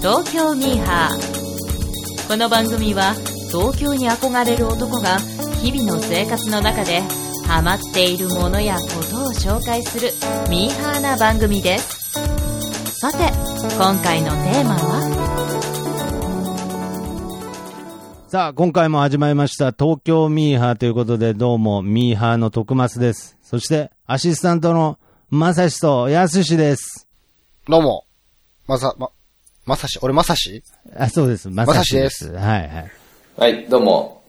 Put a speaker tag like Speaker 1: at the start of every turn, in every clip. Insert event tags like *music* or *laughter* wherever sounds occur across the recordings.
Speaker 1: 東京ミーハーこの番組は東京に憧れる男が日々の生活の中でハマっているものやことを紹介するミーハーな番組ですさて今回のテーマは
Speaker 2: さあ、今回も始まりました、東京ミーハーということで、どうも、ミーハーの徳松です。そして、アシスタントの、まさしと、やすしです。
Speaker 3: どうも。まさ、ま、まさし、俺まさし
Speaker 2: あ、そうです。ま
Speaker 3: さしです
Speaker 2: はいはい。
Speaker 4: はい、どうも。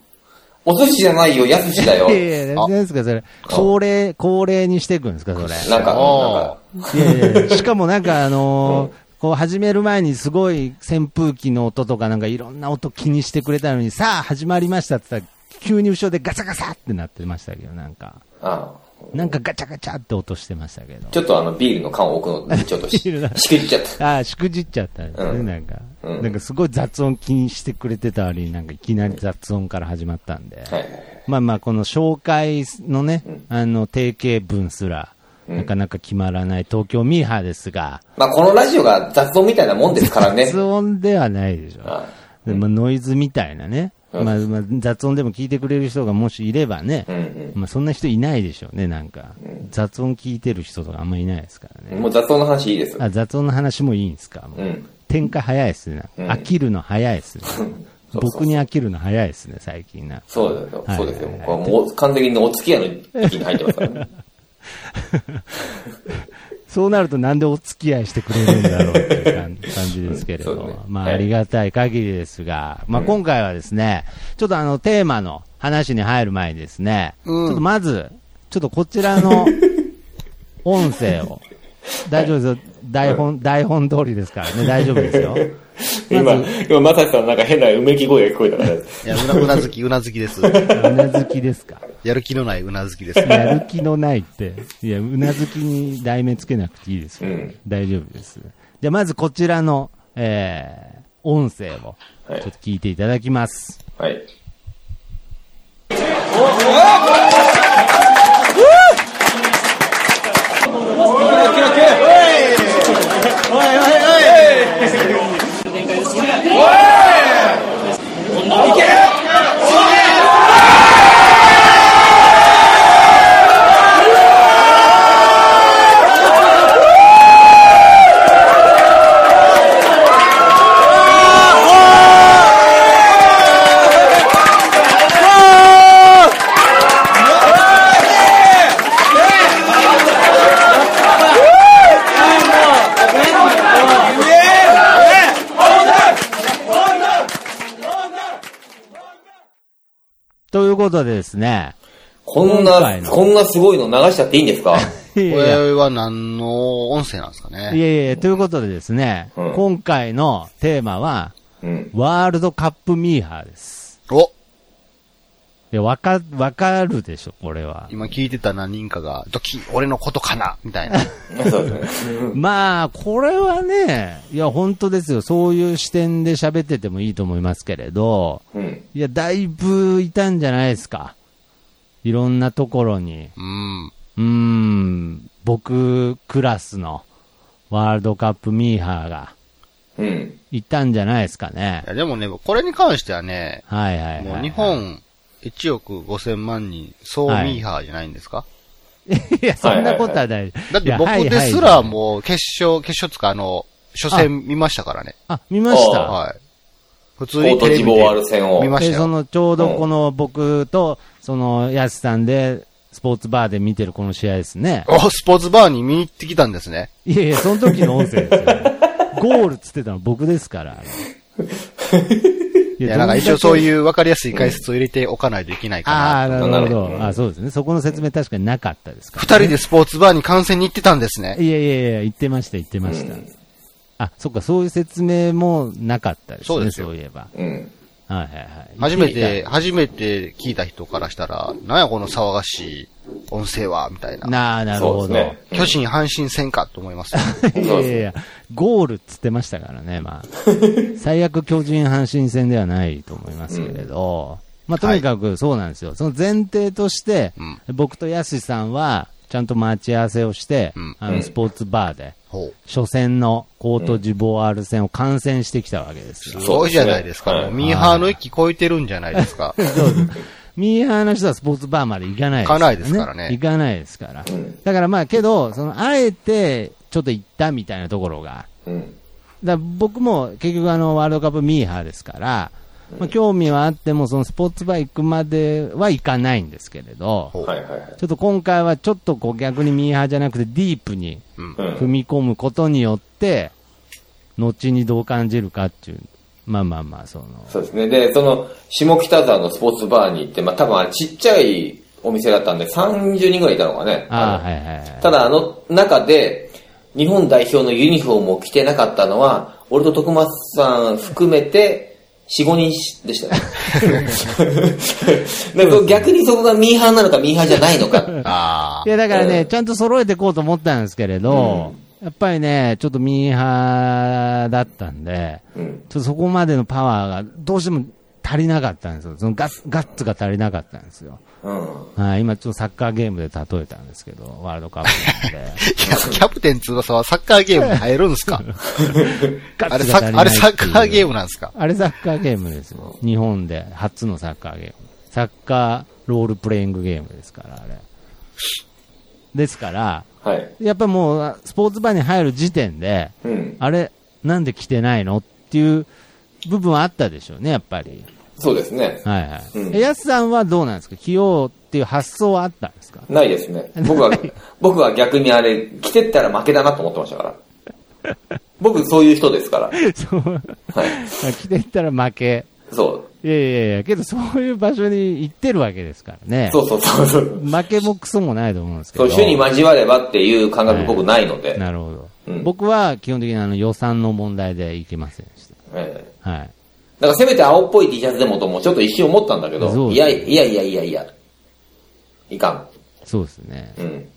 Speaker 4: お寿司じゃないよ、やすしだよ。
Speaker 2: いやいや、何ですか、それ。恒例、恒例にしていくんですか、それ。
Speaker 4: なんか、
Speaker 3: あ
Speaker 2: いやいや、しかもなんかあのーこう始める前にすごい扇風機の音とかなんかいろんな音気にしてくれたのに、さあ始まりましたって言ったら、急に後ろでガチャガチャってなってましたけど、なんか。
Speaker 4: なんか、
Speaker 2: なんかガチャガチャって音してましたけど
Speaker 4: うん。ちょっとあの、ビールの缶を置くのに、ちょっとし、し
Speaker 2: ビールだ
Speaker 4: くじっちゃっ
Speaker 2: ああ、しくじっちゃったんですね、
Speaker 4: うん
Speaker 2: なんか、
Speaker 4: うん
Speaker 2: なんかすごい雑音気にしてくれてた割に、なんかいきなり雑音から始まったんで。
Speaker 4: た。はい。
Speaker 2: まあまあ、この紹介のね、あの、定型文すら、
Speaker 4: うん
Speaker 2: なかなか決まらない東京ミーハーですが、
Speaker 4: まあ、このラジオが雑音みたいなもんですからね。
Speaker 2: 雑音ではないでしょ。
Speaker 4: は
Speaker 2: でまあ、ノイズみたいなね、
Speaker 4: うん
Speaker 2: まあまあ、雑音でも聞いてくれる人がもしいればね
Speaker 4: い。う、ん
Speaker 2: まあ、そんな人いないでしょうね、なんか、雑音聞いてる人とかあんまいないですから
Speaker 4: う
Speaker 2: ね、
Speaker 4: ん。もう雑音の話いいです。
Speaker 2: あ雑音の話もいいんですか、もう
Speaker 4: うん。
Speaker 2: 展開早いですね、
Speaker 4: うん
Speaker 2: 飽きるの早いですね、
Speaker 4: *laughs* そうそう
Speaker 2: 僕に飽きるの早いですね、最近な。
Speaker 4: そうですよ。
Speaker 2: はい
Speaker 4: そうですよ。
Speaker 2: はい
Speaker 4: これもう完全にお付き合いの域に入ってますからね。
Speaker 2: *laughs* そうなると、なんでお付き合いしてくれるんだろうっていう感感じですけれど
Speaker 4: そう
Speaker 2: も、
Speaker 4: ですね
Speaker 2: まあ、
Speaker 4: はい
Speaker 2: ありがたい限りですが、まあ、今回はですね、ちょっとあのテーマの話に入る前にですね、ち
Speaker 3: うん
Speaker 2: ょっとまず、ちょっとこちら
Speaker 4: *laughs*
Speaker 2: の音声を、大丈夫ですよ、台本、台本通りですからね、大丈夫です
Speaker 4: *laughs*
Speaker 2: よ。
Speaker 4: 今、今、まさしさんなんか変なうめき声が聞こえたから、
Speaker 3: あ。いや、
Speaker 2: *laughs*
Speaker 3: うな、うなずき、うなずきです。
Speaker 2: うなずきですか。
Speaker 3: やる気のないうなずきです。
Speaker 2: やる気のないって、いや、うなずきに題名つけなくていいですよ。
Speaker 4: うん
Speaker 2: 大丈夫です。じゃあ、まずこちらの、えー、音声を、ちょ
Speaker 4: は
Speaker 2: っ
Speaker 4: い
Speaker 2: と聞いていただきます。
Speaker 4: はい。
Speaker 2: ということでですね、
Speaker 4: こん
Speaker 2: 今回
Speaker 4: な、
Speaker 2: の
Speaker 4: こんなすごいの流しちゃっていいんですか
Speaker 2: いや
Speaker 3: こ
Speaker 2: いや
Speaker 3: れは何の音声なんですか
Speaker 2: い
Speaker 3: ね。
Speaker 2: やいや、ということでですね、
Speaker 4: うん
Speaker 2: 今回のテーマは、
Speaker 4: うん。
Speaker 2: ワールドカップミーハーです。
Speaker 3: お
Speaker 2: いや、わか、わかるでしょ、これは。
Speaker 3: 今聞いてた何人かが、ドキ俺のことかなみた
Speaker 2: *laughs*
Speaker 3: いな。
Speaker 4: そうですね。
Speaker 2: まあ、これはね、いや、本当ですよ。そういう視点で喋っててもいいと思いますけれど、
Speaker 4: うん。
Speaker 2: いや、だいぶいたんじゃないですか。いろんなところに。
Speaker 3: うん。
Speaker 2: うーん、僕クラスのワールドカップミーハーが
Speaker 4: うん。
Speaker 2: いたんじゃないですかね
Speaker 3: い。や、でもね、これに関してはね、
Speaker 2: はいはいはい、
Speaker 3: も
Speaker 2: は
Speaker 3: う
Speaker 2: い。
Speaker 3: 日。本1億5千万人、総ミーハーじゃないんですか
Speaker 2: *laughs* いや、そんなことはない。
Speaker 3: だって
Speaker 2: いや
Speaker 3: 僕ですら
Speaker 2: う。
Speaker 3: もう決勝、決勝つかあの、初戦見ましたからね。
Speaker 2: あ、見ました。
Speaker 4: あ
Speaker 3: はい。普通
Speaker 4: コ
Speaker 3: に
Speaker 4: ート
Speaker 3: テレ
Speaker 4: ジ
Speaker 3: ビ
Speaker 4: ボ
Speaker 3: で
Speaker 4: ワール戦を
Speaker 3: 見。ました
Speaker 2: で、そ
Speaker 3: よ。
Speaker 2: の、ちょうどこの僕と、その、やすさんで、スポーツバーで見てるこの試合ですね。
Speaker 3: お、スポーツバーに見に行ってきたんですね。
Speaker 2: いやいや、その時の音声
Speaker 3: *laughs*
Speaker 2: ですよ。ゴールっつってたの僕ですから。あれい
Speaker 3: いや、なんか一応そ
Speaker 2: う
Speaker 3: ういう分かりやすい解説を入れておかないといけないか
Speaker 2: ああ、
Speaker 3: な。
Speaker 2: なるほ
Speaker 4: そんな
Speaker 2: ど。
Speaker 4: ね
Speaker 2: あそうですね。そこの説明確かになかったですか
Speaker 3: 二人でスポーツバーに観戦に行ってたんですね。
Speaker 2: いやいやいや、言ってました、言ってました。あ、そっか、そういう説明もなかったですね、
Speaker 3: そうです
Speaker 2: そ
Speaker 3: よ
Speaker 2: ういえば。
Speaker 4: うん。
Speaker 2: はいはいはい。
Speaker 3: 初め
Speaker 2: いやい
Speaker 3: て、初めて聞いた人からしたら、なんやこの騒がしい音声は、みたい
Speaker 2: や
Speaker 3: な。
Speaker 2: なあ、なる
Speaker 4: そ
Speaker 2: ほ
Speaker 4: う
Speaker 2: ど。
Speaker 4: で
Speaker 3: 巨人阪神戦かと思います。
Speaker 4: すね。
Speaker 2: い
Speaker 4: そ
Speaker 2: や
Speaker 4: う
Speaker 2: いや
Speaker 4: で
Speaker 2: いや、ゴールっつってましたからね、 *laughs* まあ。最悪巨人阪神戦ではないと思いますけれど、まあとにかくそうなんですよ。その前提として、
Speaker 3: うん
Speaker 2: 僕とやすしさんは、ちゃんと待ち合わせをして、
Speaker 3: うん
Speaker 2: あのスポーツバーで、
Speaker 3: ほう。
Speaker 2: 初戦のコートジボワール戦を観戦してきたわけです
Speaker 3: す
Speaker 2: よ。
Speaker 3: ごいじゃないですか。
Speaker 4: そうで
Speaker 3: も
Speaker 4: すね
Speaker 3: うミーハーの域超えてるんじゃないですか。
Speaker 2: ミーハーの人はスポーツバーまで行かない
Speaker 3: 行かないですからね
Speaker 2: 行かないですから。だからまあけど、その、あえて、ちょっと行ったみたいなところが、
Speaker 4: うん。
Speaker 2: だから僕も結局あのワールドカップミーハーですから、まあ、興味はあってもそのスポーツバー行くまでは行かないんですけれど、
Speaker 3: ほう
Speaker 4: はいはいはい。
Speaker 2: ちょっと今回はちょっとこう逆にミーハーじゃなくてディープに
Speaker 3: うん
Speaker 4: う。ん。
Speaker 2: 踏み込むことによって、後にどう感じるかっていう、まあまあまあ、その、
Speaker 4: そうですね。で、その、下北沢のスポーツバーに行って、まあ多分あれちっちゃいお店だったんで、30人ぐらいいたのかね。
Speaker 2: ああ、
Speaker 4: の
Speaker 2: はいはいはい。
Speaker 4: ただあの中で、日本代表のユニフォームを着てなかったのは、俺と徳松さん含めて、4、5人でし
Speaker 2: *laughs*
Speaker 4: たね。だから逆にそこがミーハーなのかミーハーじゃないのか。
Speaker 3: あ
Speaker 2: いや、だからね、ちゃんと揃えていこうと思ったんですけれど、やっぱりね、ちょっとミーハーだったんで、
Speaker 4: うん。
Speaker 2: ちょっとそこまでのパワーがどうしても足りなかったんですよ。そのガスガッツが足りなかったんですよ。
Speaker 4: うん。
Speaker 2: はい、今ちょっとサッカーゲームで例えたんですけど、ワールドカップなんで。
Speaker 3: ー。いや、キャプテン翼はサッカーゲームに入るんすか
Speaker 2: ガ
Speaker 3: *laughs* あ
Speaker 2: ッ
Speaker 3: れ
Speaker 2: ツ
Speaker 3: サ
Speaker 2: が足り
Speaker 3: ッ、
Speaker 2: ない
Speaker 3: あ
Speaker 2: って
Speaker 3: れ
Speaker 2: いう
Speaker 3: サッカーゲームなんですか
Speaker 2: あれサッカーゲームですよ。日本で初のサッカーゲーム。サッカーロールプレイングゲームですから、あれ。ですから、
Speaker 4: はい。
Speaker 2: やっぱもう、スポーツバーに入る時点で、
Speaker 4: うん。
Speaker 2: あれ、なんで来てないのっていう部分はあったでしょうね、やっぱり。
Speaker 4: そうですね。
Speaker 2: はいはい。
Speaker 4: うん
Speaker 2: えやすさんはどうなんですか起用っていう発想はあったんです
Speaker 4: *laughs*
Speaker 2: か
Speaker 4: ないですね。僕は、僕は逆にあれ、着てったら負けだなと思ってましたから。僕そういう人ですから。
Speaker 2: そう。
Speaker 4: はい。
Speaker 2: 来てったら負け。
Speaker 4: そう。
Speaker 2: いやいやいや、けどそういう場所に行ってるわけですからね。
Speaker 4: そうそうそうそう。
Speaker 2: 負けもクソもないと思うんですけ
Speaker 4: そ
Speaker 2: ど。
Speaker 4: う、主に交わればっていう感覚僕ないので。
Speaker 2: なるほど、
Speaker 4: うん
Speaker 2: 僕は基本的にあの予算の問題で行きませんでし
Speaker 4: ええ
Speaker 2: た。はい。
Speaker 4: だからせめて青っぽい T シャツでもともちょっと一瞬思ったんだけ
Speaker 2: そ
Speaker 4: ど、
Speaker 2: う
Speaker 4: いやいやいやいやいや、いか
Speaker 2: そうですね。
Speaker 4: ん。うん。、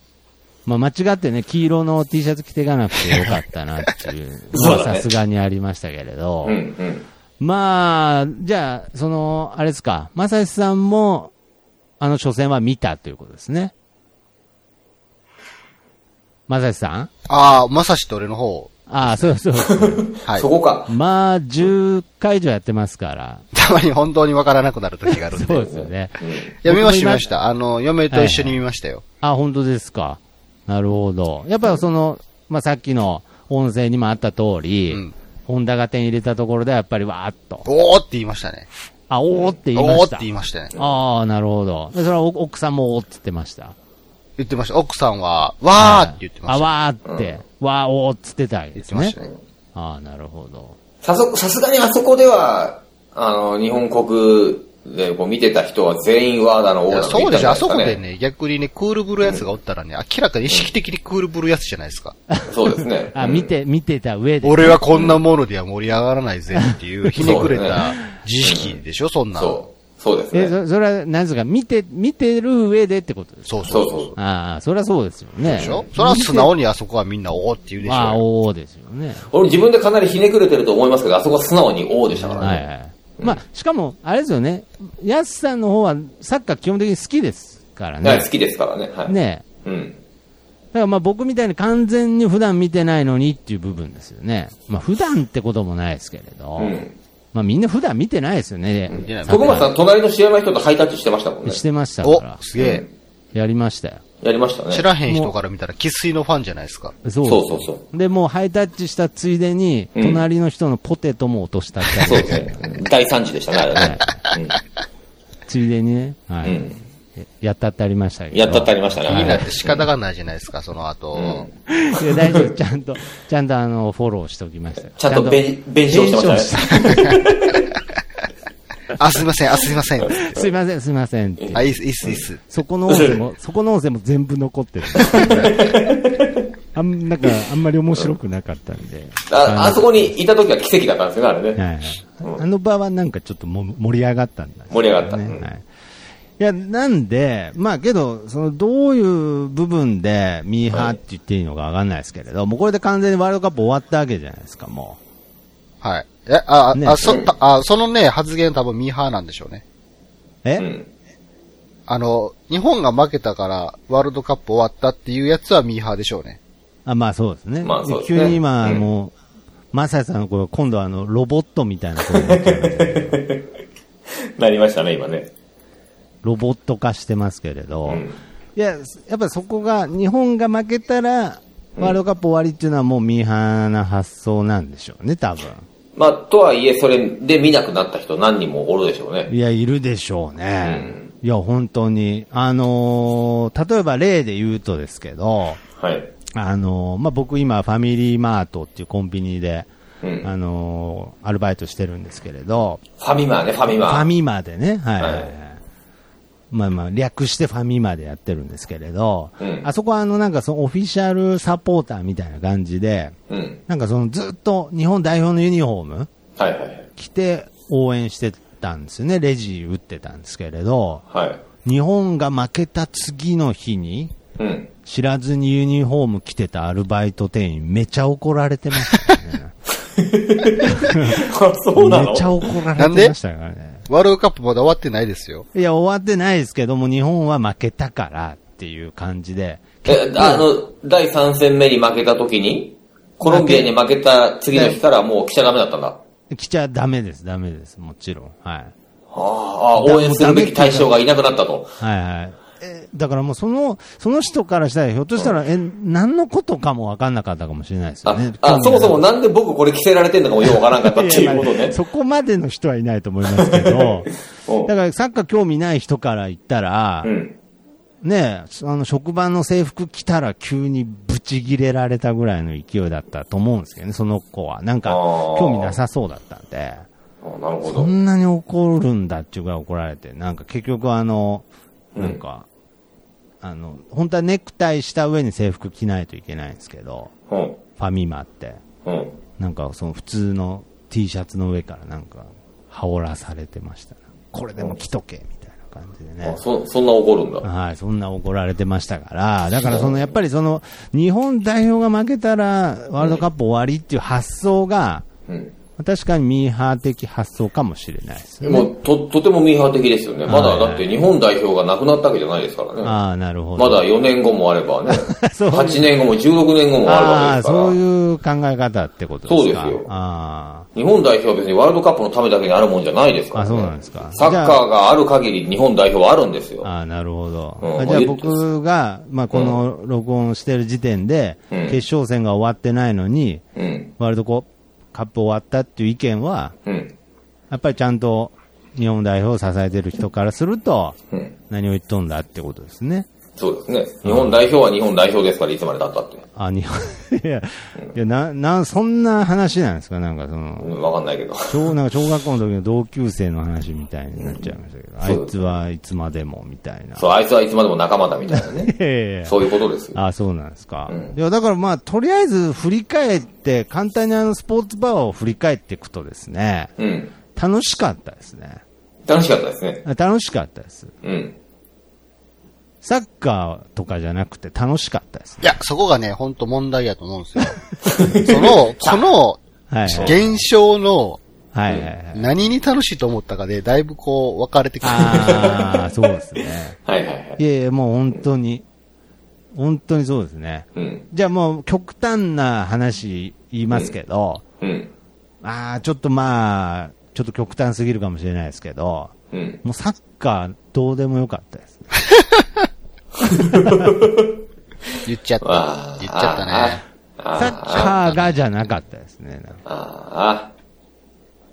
Speaker 2: まあ間違ってね、黄色の T シャツ着ていかなくてよかったなっていう
Speaker 4: そうだね
Speaker 2: まあさすがにありましたけれど。
Speaker 4: うんうん。
Speaker 2: まあ、じゃあ、その、あれですか、正志さんも、あの初戦は見たということですね。正志さん
Speaker 3: ああ、まさしと俺の方。
Speaker 2: ああ、そうそう
Speaker 4: *laughs*
Speaker 2: そう。
Speaker 3: はい
Speaker 4: そ。こか。
Speaker 2: まあ、10回以上やってますから。
Speaker 3: *laughs* たまに本当にわからなくなる時があるんで。
Speaker 2: そうですよね。
Speaker 3: いや、見ました、見ました。あの、嫁と一緒に見ましたよ。
Speaker 2: あ、本当ですか。なるほど。やっぱその、まあ、さっきの音声にもあった通り、
Speaker 3: うん
Speaker 2: ホンダが点入れたところでやっぱりわーっと、
Speaker 3: おーって言いましたね。
Speaker 2: あ、おーって言いま
Speaker 3: おー
Speaker 2: し
Speaker 3: って
Speaker 2: た。
Speaker 3: 言いましたね。
Speaker 2: ああ、なるほど。でそれはお奥さんもおーって言ってました。
Speaker 3: 言ってました。奥さんは、わーって言ってま
Speaker 2: あ、
Speaker 3: した。
Speaker 2: わーって、わーおーっつってたわけ
Speaker 3: 言
Speaker 2: で
Speaker 3: っ
Speaker 2: す
Speaker 3: てま
Speaker 2: ね
Speaker 3: し。たね。
Speaker 2: ああ、なるほど。
Speaker 4: さそ、さすがにあそこでは、あの、日本国でこう見てた人は全員ワーダのオ
Speaker 3: い
Speaker 4: ー
Speaker 3: や
Speaker 4: ダー
Speaker 3: そうでしょ、あそこで
Speaker 4: ね。
Speaker 3: ね、逆にね、クールブルやつがおったらね、明らかに意識的にクールブルやつじゃないですか。
Speaker 4: そうですね。
Speaker 2: あ、見て、見てた上で。
Speaker 3: 俺はこんなものでは盛り上がらないぜっていう、ひねくれた自意識でしょ、そんなの。
Speaker 4: そう。そうです
Speaker 2: え、
Speaker 4: ね。
Speaker 2: そそれは、なんですか、見て、見てる上でってことです
Speaker 3: そう
Speaker 4: そ
Speaker 3: そうう
Speaker 4: そ
Speaker 3: そうう。。
Speaker 2: ああ、それはそうですよね。
Speaker 3: でしょそれは素直にあそこはみんなおーって言うでし
Speaker 2: ああ、
Speaker 3: ょ。
Speaker 2: おーですよね。
Speaker 4: 俺自分でかなりひねくれてると思いますけど、あそこは素直に O でしたからね。
Speaker 2: はいはい。まあ、しかも、あれですよね。ヤスさんの方は、サッカー基本的に好きですから
Speaker 4: はい
Speaker 2: ね
Speaker 4: 好。きですからね。はい。
Speaker 2: ねえ
Speaker 4: うん。
Speaker 2: だからまあ僕みたいに完全に普段見てないのにっていう部分ですよね。まあ普段ってこともないですけれど。
Speaker 4: うん。
Speaker 2: まあみんな普段見てないですよね。
Speaker 3: 見てない
Speaker 4: 徳松さん、隣の知らない人とハイタッチしてましたもんね。
Speaker 2: してました
Speaker 3: お
Speaker 2: か
Speaker 3: すげえ。
Speaker 2: ら。やりましたよ。
Speaker 4: やりましたね。
Speaker 3: 知らへん人から見たら、喫水のファンじゃないですか。
Speaker 2: そう
Speaker 4: そうそうそう。
Speaker 2: で、もうハイタッチしたついでに、
Speaker 4: うん
Speaker 2: 隣の人のポテトも落としたって
Speaker 4: *laughs* そうですね。大惨事でしたね、あれね。
Speaker 2: ついでにね、は
Speaker 4: う
Speaker 2: い。
Speaker 4: ん
Speaker 2: やったってありましたけど。
Speaker 4: やったってありましたね。
Speaker 3: 気になって
Speaker 4: は
Speaker 3: 仕方がないじゃないですか、その後。
Speaker 2: いや大丈夫、ちゃんと、ちゃんとあの、フォローしておきました。
Speaker 4: ちゃんと弁弁償してました
Speaker 2: ね。
Speaker 3: あ、すいません、あ、すいません。あ、
Speaker 2: *laughs* すいません、すいませんって。
Speaker 3: いいっす、いいっす、いいっす。
Speaker 2: そこの音声も、そこの音声も全部残
Speaker 4: *laughs*
Speaker 2: ってる。あん、なんか、あんまり面白くなかったんで。
Speaker 4: いああそこにいた時は奇跡だったんですよね、あれね。
Speaker 2: はいはい、あの場はなんかちょっとも盛り上がったんだ、ね、
Speaker 4: 盛り上がったうん
Speaker 2: はい、いやなんで、まあけど、そのどういう部分でミーハーって言っていいのかわかんないですけれど、もうこれで完全にワールドカップ終わったわけじゃないですか、も
Speaker 3: はい。え、あ、あ
Speaker 2: ね
Speaker 3: あ、そ、たあ、そのね、発言多分ミーハーなんでしょうね。
Speaker 2: う。え、
Speaker 4: うん。
Speaker 3: あの、日本が負けたからワールドカップ終わったっていうやつはミーハーでしょうね。
Speaker 2: あまあそうですね。
Speaker 4: まあそうですね
Speaker 2: 急に今、
Speaker 4: うん
Speaker 2: もう、マサヤさんの頃、今度はあの、ロボットみたいな声になっちゃいまし
Speaker 4: *laughs*
Speaker 2: たね
Speaker 4: なりましたね、今ね。
Speaker 2: ロボット化してますけれど、
Speaker 4: うん
Speaker 2: いや、やっぱそこが、日本が負けたら、ワールドカップ終わりっていうのはもうミーハーな発想なんでしょうね、多分。
Speaker 4: まあ、とはいえ、それで見なくなった人何人もおるでしょうね。
Speaker 2: いや、いるでしょうね。いや、本当に。あのー例えば例で言うとですけど、
Speaker 4: はい。
Speaker 2: あのーまあ、僕今、ファミリーマートっていうコンビニで、
Speaker 4: うん
Speaker 2: あのーアルバイトしてるんですけれど、
Speaker 4: ファミマね、ファミ
Speaker 2: フ
Speaker 4: マ。
Speaker 2: ァミマでね、はい、
Speaker 4: はい
Speaker 2: まあまあ、略してファミマでやってるんですけれど、
Speaker 4: うん
Speaker 2: あそこはあの、なんかそのオフィシャルサポーターみたいな感じで、
Speaker 4: うん。
Speaker 2: なんかそのずっと日本代表のユニフォーム
Speaker 4: はいはいはい。
Speaker 2: 着て応援してたんですよね、レジ打ってたんですけれど、
Speaker 4: はい。
Speaker 2: 日本が負けた次の日に、
Speaker 4: うん。 *laughs*
Speaker 2: 知らずにユニフォーム着てたアルバイト店員、めちゃ怒られてましたね。
Speaker 4: あ、 *laughs* そうなの
Speaker 2: めちゃ怒られてましたからね。
Speaker 3: ワールドカップまだ終わってないですよ。
Speaker 2: いや、終わってないですけども、日本は負けたからっていう感じで。
Speaker 4: え、あの、第3戦目に負けた時に、コロンビアに負けた次の日からもう記者ダメだったんだ。あ
Speaker 2: 来ちゃダメです、ダメです、もちろん。はい。
Speaker 4: あああ、応援するべき対象がいなくなったと。
Speaker 2: はいはい。えだからもうその、その人からしたら、ひょっとしたら、え、何のことかも分かんなかったかもしれないですよ
Speaker 4: あ
Speaker 2: ね、。
Speaker 4: あそもそもなんで僕これ着せられてんのかもよくわからんかったっていうこと
Speaker 2: いやま
Speaker 4: ね
Speaker 2: あ。そこまでの人はいないと思いますけど
Speaker 4: *laughs* うん、
Speaker 2: だからサッカー興味ない人から言ったら、
Speaker 4: うん。
Speaker 2: ねえ、あの、職場の制服着たら急にブチギレられたぐらいの勢いだったと思うんですけどね、その子は。なんか、
Speaker 4: あー
Speaker 2: 興味なさそうだったんで、
Speaker 4: あなるほ
Speaker 2: そ
Speaker 4: ど。
Speaker 2: んなに怒るんだっていうぐらい怒られて、なんか結局あの、
Speaker 4: うん
Speaker 2: なんか、あの、本当はネクタイした上に制服着ないといけないんですけど、
Speaker 4: うん。
Speaker 2: ファミマって、
Speaker 4: うん。
Speaker 2: なんかその普通の T シャツの上からなんか、羽織らされてましたね。これでも着とけ、みたいな感じでね
Speaker 4: あ。そ、そんな怒るんだ。
Speaker 2: はい、そんな怒られてましたから、だからそのやっぱりその日本代表が負けたらワールドカップ終わりっていう発想が、
Speaker 4: うん。
Speaker 2: 確かにミーハー的発想かもしれないですね。
Speaker 4: もう、と、とてもミーハー的ですよね。まだ、だって日本代表がなくなったわけじゃないですからね。
Speaker 2: ああ、なるほど。
Speaker 4: まだ4年後もあればね。
Speaker 2: *laughs* そう
Speaker 4: 8年後も16年後もあるわ
Speaker 2: ああ、
Speaker 4: けですから。
Speaker 2: そういう考え方ってことですか。
Speaker 4: そうですよ
Speaker 2: あ
Speaker 4: 日本代表は別にワールドカップのためだけにあるもんじゃないですから、
Speaker 2: あそうなんですか
Speaker 4: サッカーがある限り日本代表はあるんですよ
Speaker 2: あ、。ああ、なるほど。
Speaker 4: うん
Speaker 2: あじゃあ僕が、まあ、この録音してる時点で、
Speaker 4: うん
Speaker 2: 決勝戦が終わってないのに、
Speaker 4: うん。
Speaker 2: ワールドカップ終わったっていう意見は、
Speaker 4: うん。
Speaker 2: やっぱりちゃんと日本代表を支えてる人からすると、
Speaker 4: うん。
Speaker 2: 何を言っとんだってことですね。
Speaker 4: そうですね。日本代表は日本代表ですから、いつまで経ったって。
Speaker 2: あ、日本、 *laughs* いや、いや、な、な、そんな話なんですかなんかその、
Speaker 4: うん、わかんないけど。 *laughs*
Speaker 2: 小、なんか小学校の時の同級生の話みたいになっちゃいましたけど、あ
Speaker 4: そう
Speaker 2: いつはいつまでもみたいな。
Speaker 4: そう、あいつはいつまでも仲間だみたいなね。
Speaker 2: *laughs* いやいやいや
Speaker 4: そういうことですよ。
Speaker 2: あ、そうなんですか。
Speaker 4: うん
Speaker 2: いや、だからまあ、とりあえず振り返って、簡単にあのスポーツバーを振り返っていくとですね、
Speaker 4: うん。
Speaker 2: 楽しかったですね。
Speaker 4: 楽しかったですね。
Speaker 2: あ楽しかったです。
Speaker 4: うん。
Speaker 2: サッカーとかじゃなくて楽しかったですね。
Speaker 3: いや、そこがね、ほんと問題やと思うんです
Speaker 2: *laughs*
Speaker 3: よ。その、その、
Speaker 2: はい、はい。
Speaker 3: 現象の
Speaker 2: はいはいはい。
Speaker 3: 何に楽しいと思ったかで、だいぶこう、分かれてくる。
Speaker 2: ああ、そうですね。
Speaker 4: はいはいはい。
Speaker 2: いえいえ、もう本当に、本当にそうですね。
Speaker 4: うん。
Speaker 2: じゃあもう極端な話言いますけど、
Speaker 4: うん。
Speaker 2: ああ、ちょっとまあ、ちょっと極端すぎるかもしれないですけど、
Speaker 4: うん。
Speaker 2: もうサッカーどうでもよかったです。
Speaker 3: 言っちゃった
Speaker 4: わあ。
Speaker 3: 言っちゃったね。
Speaker 2: サ
Speaker 4: あ
Speaker 2: ッカーがじゃなかったですね。
Speaker 4: あ。あ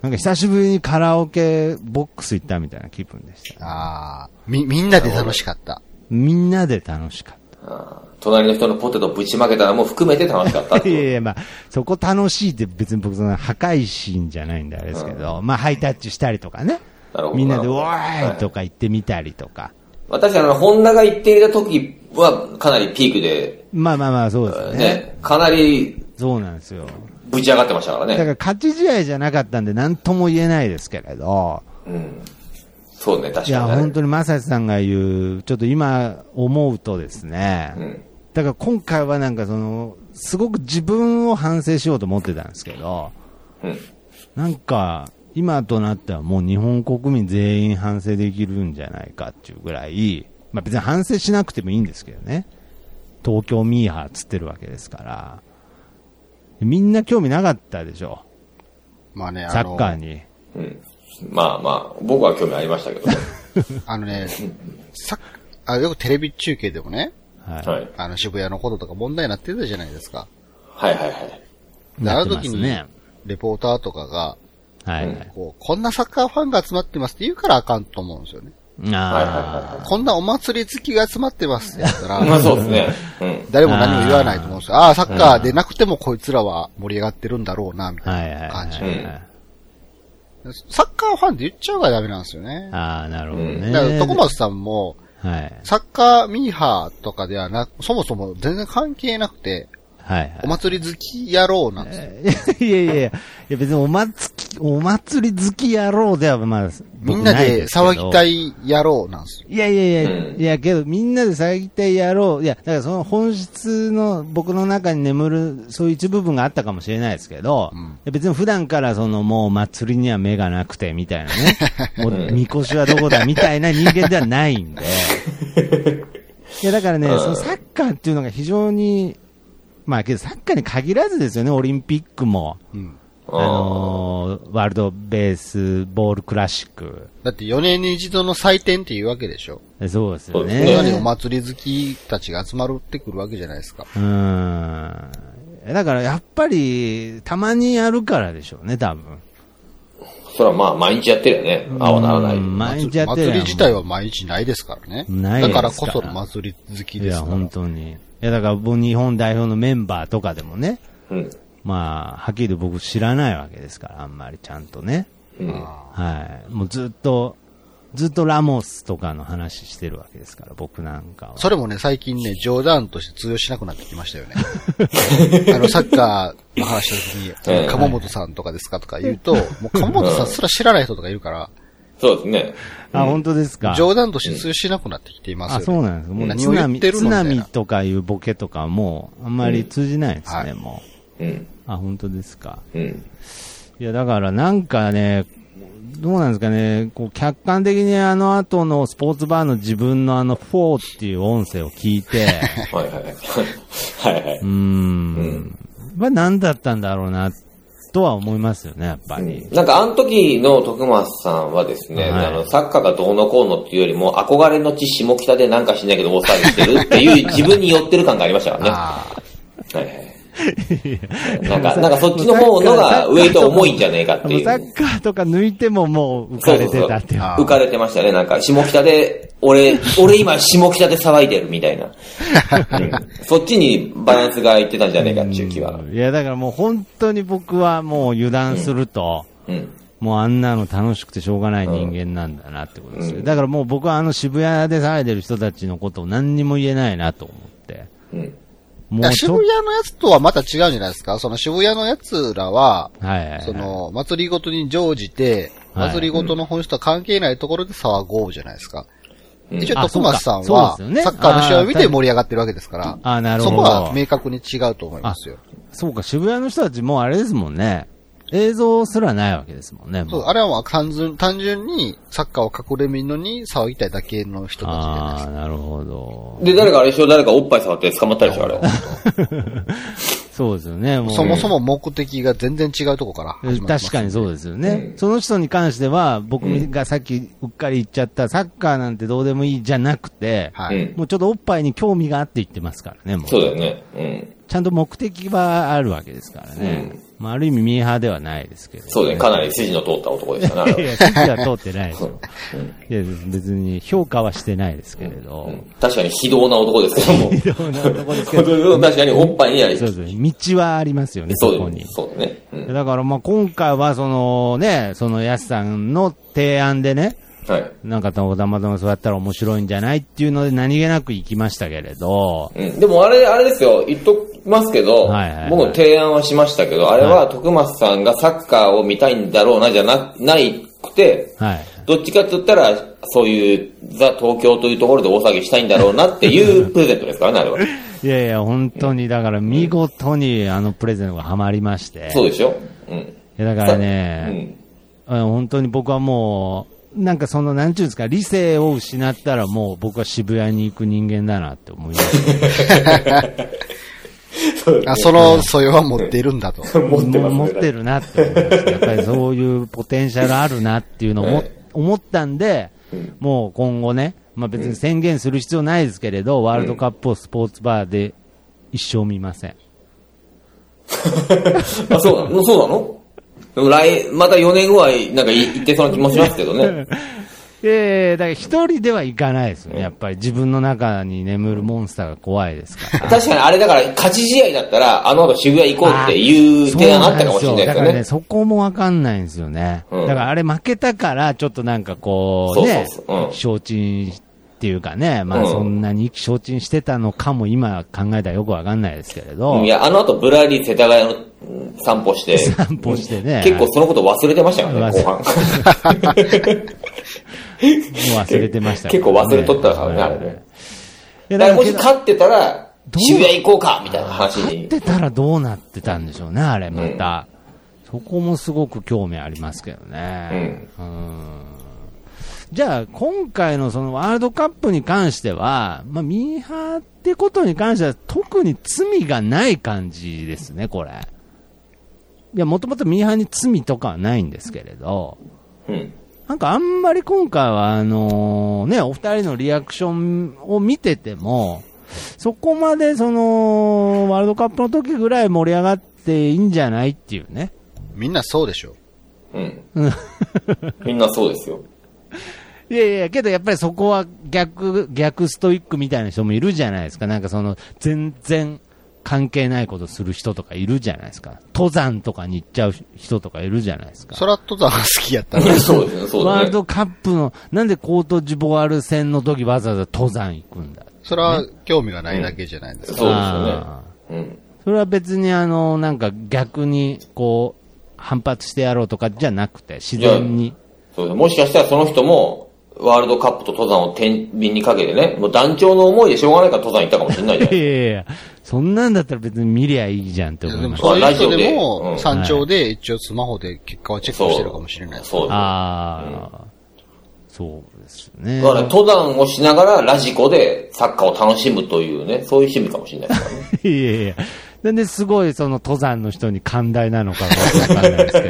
Speaker 2: なんか久しぶりにカラオケボックス行ったみたいな気分でした。
Speaker 3: ああ、み、みんなで楽しかった。
Speaker 2: みんなで楽しかっ。
Speaker 4: あ。ああ隣の人のポテトぶちまけたらもう含めて楽しかったった
Speaker 2: *laughs*
Speaker 4: て
Speaker 2: い
Speaker 4: いう
Speaker 2: やいや、まあ、そこ楽しいって別に僕その破壊心じゃないんであれですけど、まあハイタッチしたりとかね。
Speaker 4: なるほど。
Speaker 2: みんなで、
Speaker 4: るほ
Speaker 2: お
Speaker 4: ど
Speaker 2: ーいとか言ってみたりとか。
Speaker 4: 私、あの、ホンダが行っていた時は、かなりピークで、
Speaker 2: まあまあまあ、そうですね。
Speaker 4: ね、かなり
Speaker 2: そうなんですよ。
Speaker 4: ぶち上がってましたから
Speaker 2: だか
Speaker 4: ね。
Speaker 2: ら勝ち試合じゃなかったんで、なんとも言えないですけれど、
Speaker 4: うん。そうね、確
Speaker 2: いや、
Speaker 4: かに
Speaker 2: 本
Speaker 4: ね。
Speaker 2: 当に正志さんが言う、ちょっと今思うとです
Speaker 4: う
Speaker 2: ね、
Speaker 4: ん。
Speaker 2: だから今回はなんかその、すごく自分を反省しようと思ってたんですけど、
Speaker 4: うん。
Speaker 2: なんか、今となってはもう日本国民全員反省できるんじゃないかっていうぐらい、まあ別に反省しなくてもいいんですけどね。東京ミーハーっつってるわけですから、みんな興味なかったでしょ、
Speaker 3: まあね、
Speaker 2: サ
Speaker 3: あ
Speaker 2: ッ
Speaker 3: の
Speaker 2: カ、ーに。
Speaker 4: うん。まあまあ、僕は興味ありましたけ
Speaker 2: *laughs*
Speaker 4: どね。
Speaker 3: あのね、サッあよくテレビ中継でもね、
Speaker 2: はい。
Speaker 4: はい。
Speaker 3: あの渋谷のこととか問題になってたじゃないですか。
Speaker 4: はいはいはい。
Speaker 3: で
Speaker 2: な
Speaker 3: あ
Speaker 2: っ
Speaker 3: る
Speaker 2: てま
Speaker 3: 時
Speaker 2: す
Speaker 3: に、
Speaker 2: ね。
Speaker 3: レポーターとかが、
Speaker 2: はい、は
Speaker 3: こう、こんなサッカーファンが集まってますって言うからあかんと思うんですよね。
Speaker 2: い。あ
Speaker 3: こんなお祭り好きが集まってますって言った
Speaker 2: *laughs*
Speaker 4: まあ
Speaker 3: ら、
Speaker 4: そうですね。うん。
Speaker 3: 誰も何も言わないと思うんですよ。ああ、サッカーでなくてもこいつらは盛り上がってるんだろうな、み
Speaker 2: あ、は
Speaker 3: た
Speaker 2: い
Speaker 3: い
Speaker 2: はい
Speaker 3: な
Speaker 2: は
Speaker 3: 感じ。
Speaker 2: いはい。
Speaker 3: サッカーファンって言っちゃうからダメなんですよね。
Speaker 2: ああ、なるほど
Speaker 3: だから、
Speaker 2: ね。
Speaker 3: 徳松さんも、
Speaker 2: はい。
Speaker 3: サッカーミーハーとかではなく、そもそも全然関係なくて、
Speaker 2: はい
Speaker 3: お祭り好き野郎なんですよ。
Speaker 2: *laughs* はい。いやいやいや、いや別にお祭り、お祭り好き野郎では、まあ、
Speaker 3: みんなで騒ぎた
Speaker 2: い。
Speaker 3: い野郎なんですよ。
Speaker 2: いやいやいや、
Speaker 4: うん
Speaker 2: いやけど、みんなで騒ぎたい野郎、いや、だからその本質の僕の中に眠る、そういう一部分があったかもしれないですけど、いや別に普段からそのもう祭りには目がなくてみたいな
Speaker 3: *laughs*
Speaker 2: ね、もうみこしはどこだみたいな人間ではないん
Speaker 3: *laughs*
Speaker 2: で。いやだからね、そのサッカーっていうのが非常に、まあけどサッカーに限らずですよね、オリンピックも、あのーワールドベースボールクラシック。
Speaker 3: だって4年に一度の祭典っていうわけでしょ。
Speaker 2: そうですよ
Speaker 4: そう
Speaker 2: ね。
Speaker 3: 本
Speaker 4: です
Speaker 3: 当
Speaker 4: ね
Speaker 3: にお祭り好きたちが集まるってくるわけじゃないですか。
Speaker 2: うーん。だからやっぱり、たまにやるからでしょうね、多分。
Speaker 4: それはまあ、毎日やってるよね。あはならない。
Speaker 2: うん毎日やってる
Speaker 3: 祭
Speaker 2: やん
Speaker 3: り自体は毎日ないですからね。
Speaker 2: ないで
Speaker 3: だ
Speaker 2: すから
Speaker 3: からこその祭り好
Speaker 2: い
Speaker 3: きです
Speaker 2: や、
Speaker 3: から。
Speaker 2: 本当に。いや、だから僕日本代表のメンバーとかでもね、
Speaker 4: うん。
Speaker 2: まあ、はっきり言うと僕知らないわけですから、あんまりちゃんとね。
Speaker 4: うん。
Speaker 2: はい。もうずっと、ずっとラモスとかの話してるわけですから、僕なんかは。
Speaker 3: それもね、最近ね、冗談として通用しなくなってきましたよ
Speaker 2: *laughs*
Speaker 3: ね。あの、サッカーの話した時
Speaker 4: うん
Speaker 3: に、鎌本さんとかですかとか言うと、もう鎌本さんすら知らない人とかいるから、
Speaker 4: そうですね。
Speaker 2: あ、本当ですか。
Speaker 3: 冗談として通用しなくなってきていますよ
Speaker 2: あ、
Speaker 3: ね。
Speaker 2: そうなんです。もう
Speaker 3: 何
Speaker 2: 津
Speaker 3: を言
Speaker 2: 波、
Speaker 3: ってる
Speaker 2: 津
Speaker 3: のみたい
Speaker 2: 波
Speaker 3: な
Speaker 2: とかいうボケとかも、あんまり通じないです
Speaker 3: うんは
Speaker 2: ね、
Speaker 3: い
Speaker 2: も
Speaker 4: うん。
Speaker 2: う。あ、本当ですか。
Speaker 4: うん。
Speaker 2: いや、だからなんかね、どうなんですかね、こう客観的にあの後のスポーツバーの自分のあの4っていう音声を聞いて、
Speaker 3: *laughs*
Speaker 4: はいはいはい。はいはいう
Speaker 2: ー。ん、まあ何だったんだろうな、とは思いますよね、やっぱり。
Speaker 4: なんか、あの時の徳松さんはですね、
Speaker 2: はい
Speaker 4: あの、サッカーがどうのこうのっていうよりも、憧れの地下北でなんかしないけど大騒ぎしてるっていう自分に寄ってる感がありましたから
Speaker 3: ああ、
Speaker 4: ね。はいはい。なんか、なんかそっちの方のがウェイト重いんじゃねえかって
Speaker 2: もう
Speaker 4: い
Speaker 2: サ
Speaker 4: う。
Speaker 2: ッカーとか抜いてももう浮かれてたっていう。
Speaker 3: あー
Speaker 4: 浮かれてましたね。なんか、下北で、俺、俺今下北で騒いでるみた
Speaker 2: *laughs*
Speaker 4: いな。うんそっちにバランスがいってたんじゃねえかっていう気は。
Speaker 2: いや、だからもう本当に僕はもう油断すると、
Speaker 4: うん。
Speaker 2: もうあんなの楽しくてしょうがない人間なんだなってことですよ、だからもう僕はあの渋谷で騒いでる人たちのことを何にも言えないなと思って。
Speaker 4: うん。
Speaker 2: もうち
Speaker 3: 渋
Speaker 2: ょっ
Speaker 3: 谷のやつとはまた違うんじゃないですかその渋谷のやつらは、
Speaker 2: と、はいはいはい
Speaker 3: その、祭りごとに乗じて、
Speaker 2: はい
Speaker 3: 祭りごとの本質とは関係ないところで騒ごうじゃないですか。
Speaker 4: うん
Speaker 3: 一応、
Speaker 2: あ
Speaker 3: 徳松さん
Speaker 2: そうか
Speaker 3: は、
Speaker 2: そうですよね
Speaker 3: サッカーの試合を見て盛り上がってるわけですから、
Speaker 2: あーなるほど
Speaker 3: そこは明確に違うと思いますよ。
Speaker 2: そうか、渋谷の人たちもうあれですもんね。映像すらないわけですもんね。も
Speaker 3: そう、あれはまあ単純単純にサッカーを隠れみんのに騒ぎたいだけの人たちじゃないで
Speaker 2: ああ、なるほど。
Speaker 4: で、誰かあれでしょ誰かおっぱい触って捕まったでしょあれ。
Speaker 2: そうですよね、もう。
Speaker 3: すか。そもそも目的が全然違うとこから始まってます。
Speaker 2: 確かにそうですよね、その人に関しては、僕がさっきうっかり言っちゃった、サッカーなんてどうでもいいじゃなくて、
Speaker 3: は
Speaker 4: う
Speaker 3: い。
Speaker 4: ん。
Speaker 2: もうちょっとおっぱいに興味があって言ってますからね、も
Speaker 4: そうだよね。うん。
Speaker 2: ちゃんと目的はあるわけですからね。まあ、ある意味ミーハーではないですけど、
Speaker 4: そうだよね。かなり筋の通った男でしたな。あれはい
Speaker 2: や、筋は通ってない
Speaker 4: *laughs*
Speaker 2: でしょ。いや、別に評価はしてないですけれど。
Speaker 4: うん確かに非道な男ですけども。
Speaker 2: いろんなとこですけど。
Speaker 4: *laughs* 確かにおっぱいには
Speaker 2: そうですね。道はありますよね、
Speaker 4: そ
Speaker 2: そうこ
Speaker 4: だ
Speaker 2: に
Speaker 4: ね。。そうだね。うん。
Speaker 2: だからまあ今回はそのね、そのやすさんの提案でね、
Speaker 4: はい。
Speaker 2: なんかたまたま座ったら面白いんじゃないっていうので何気なく行きましたけれど、
Speaker 4: うん、でもあれ、あれですよ、言っときますけど、
Speaker 2: はいはいはい
Speaker 4: 僕の提案はしましたけど、あれは徳松さんがサッカーを見たいんだろうなじゃなないくて、
Speaker 2: はい。
Speaker 4: どっちかって言ったら、そういうザ・東京というところで大騒ぎしたいんだろうなって
Speaker 2: *laughs*
Speaker 4: いうプレゼントですからね、あれは。
Speaker 2: いやいや、本当に、だから見事にあのプレゼントがハマりまして。
Speaker 4: そうでしょうん。
Speaker 2: いやだからね、
Speaker 4: うん。
Speaker 2: あの本当に僕はもう、なんかその、なんちゅうんですか、理性を失ったらもう僕は渋谷に行く人間だなって思います。
Speaker 4: そう
Speaker 3: あその素養は持っているんだと。
Speaker 4: *laughs* 持ってますね。
Speaker 2: 持ってるなって思います。やっぱりそういうポテンシャルあるなっていうのを思,、
Speaker 4: はい
Speaker 2: 思ったんで、
Speaker 4: うん
Speaker 2: もう今後ね、まあ別に宣言する必要ないですけれど、ワールドカップをスポーツバーで一生見ません。
Speaker 4: あ、そうなのそうなのでも来、また4年ぐらい、なんかい行ってそうな気もしますけ
Speaker 2: *laughs*
Speaker 4: どね。
Speaker 2: ええだから一人では行かないですね。やっぱり自分の中に眠るモンスターが怖いですから。
Speaker 4: 確かにあれだから、勝ち試合だったら、あの後渋谷行こうっていう
Speaker 2: そう
Speaker 4: 提案あ
Speaker 2: な
Speaker 4: っ
Speaker 2: ん
Speaker 4: た
Speaker 2: で
Speaker 4: かも
Speaker 2: す
Speaker 4: しれ
Speaker 2: よ
Speaker 4: ないで
Speaker 2: だ
Speaker 4: す
Speaker 2: か
Speaker 4: よ
Speaker 2: ら
Speaker 4: ね
Speaker 2: ね、。そこもわかんないんですよね。
Speaker 4: うん
Speaker 2: だからあれ負けたから、ちょっとなんかこう、ね
Speaker 4: そうそうそううん、
Speaker 2: 承知っていうかね、ま
Speaker 4: う
Speaker 2: あ
Speaker 4: ん
Speaker 2: そんなに意気承知してたのかも今考えたらよくわかんないですけれど
Speaker 4: うんい、や、あの後、ぶらり世田谷のうん散歩して、
Speaker 2: 散歩してね、
Speaker 4: 結構
Speaker 2: も
Speaker 4: そのこと忘れてましたから
Speaker 2: 忘
Speaker 4: ね、
Speaker 2: れ
Speaker 4: 後半。
Speaker 2: *laughs* う忘れてました
Speaker 4: 結構忘れとったからね、あれ
Speaker 2: はい
Speaker 4: ね。
Speaker 2: いや
Speaker 4: だ
Speaker 2: だから
Speaker 4: か
Speaker 2: ら
Speaker 4: も
Speaker 2: け
Speaker 4: し
Speaker 2: ど
Speaker 4: 勝ってたら、
Speaker 2: どう
Speaker 4: 渋谷行こうか、みたいな話
Speaker 2: 勝っ
Speaker 4: に。
Speaker 2: てたらどうなってたんでしょうね、あれまた。そこもすごく興味ありますけどね。うんじゃあ、今回のそのワールドカップに関しては、まあ、ミーハーってことに関しては、特に罪がない感じですね、これ。いや、もともとミーハーに罪とかはないんですけれど、
Speaker 4: うん。
Speaker 2: なんかあんまり今回は、あのね、お二人のリアクションを見てても、そこまでその、ワールドカップの時ぐらい盛り上がっていいんじゃないっていうね。
Speaker 3: みんなそうでしょ。
Speaker 4: うん。みんなそうですよ。
Speaker 2: いやいや、けどやっぱりそこは逆、逆ストイックみたいな人もいるじゃないですか。なんかその、全然関係ないことする人とかいるじゃないですか。登山とかに行っちゃう人とかいるじゃないですか。
Speaker 3: そらとたが好きやった
Speaker 4: い
Speaker 3: ら
Speaker 4: や、そうですね、そう
Speaker 2: ワー
Speaker 4: で
Speaker 2: ル
Speaker 4: すね。
Speaker 2: ドカップの、なんでコートジボワール戦の時わざわざ登山行くんだ
Speaker 3: それは興味がないだけじゃないですか。
Speaker 4: そうですよ
Speaker 2: あ
Speaker 4: ね。うん。
Speaker 2: ーそれは別にあの、なんか逆に、こう、反発してやろうとかじゃなくて、自然に。
Speaker 4: そうですもしかしたらその人も、ワールドカップと登山を天秤にかけてね、もう団長の思いでしょうがないから登山行ったかもしれないじゃない
Speaker 2: *laughs* いやいやいや、そんなんだったら別に見りゃいいじゃんって
Speaker 3: いや
Speaker 2: 思
Speaker 3: で
Speaker 2: いま
Speaker 3: も
Speaker 2: し
Speaker 3: そういう人で
Speaker 4: うん
Speaker 3: も、山頂で一応スマホで結果はチェックしてるかもしれないです。
Speaker 4: そ
Speaker 2: た。
Speaker 4: うです。
Speaker 2: ああ、そうですね
Speaker 4: だ。から登山をしながらラジコでサッカーを楽しむというね、そういう趣味かもしれないですからね。
Speaker 2: いやいやいや。なんですごいその登山の人に寛大なのかがわかんないですけ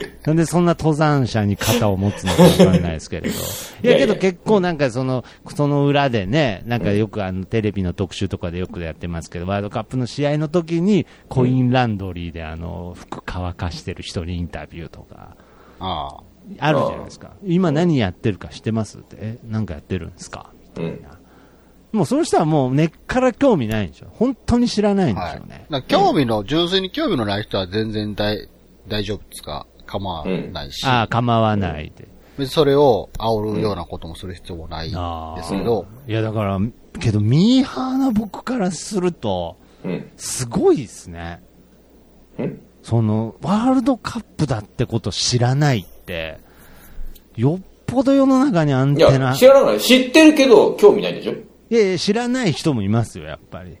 Speaker 2: ど。なんでそんな登山者に肩を持つのかわかんないですけれど。いやけど結構なんかその、その裏でね、なんかよくあのテレビの特集とかでよくやってますけど、ワールドカップの試合の時にコインランドリーであの、服乾かしてる人にインタビューとか、
Speaker 3: ああ。
Speaker 2: あるじゃないですか。今何やってるか知ってますって、え、なんかやってるんですかみたいな。もうその人はもう根っから興味ないんでしょ。本当に知らないんで
Speaker 3: は
Speaker 2: し
Speaker 3: い。だ
Speaker 2: ょうね。
Speaker 3: から興味の、純粋に興味のない人は全然大、大丈夫ですか構わないし、
Speaker 2: ああ、構わないで。
Speaker 3: 別にそれを煽るようなこともする必要もないですけど、
Speaker 2: いや、だから、けど、ミーハーな僕からすると、
Speaker 4: うん。
Speaker 2: すごいですね。
Speaker 4: ん
Speaker 2: その、ワールドカップだってこと知らないって、よっぽど世の中にアン
Speaker 4: い
Speaker 2: テナ。
Speaker 4: や、知らなくない。知ってるけど、興味ないでしょ
Speaker 2: いやいや、知らない人もいますよ、やっぱり。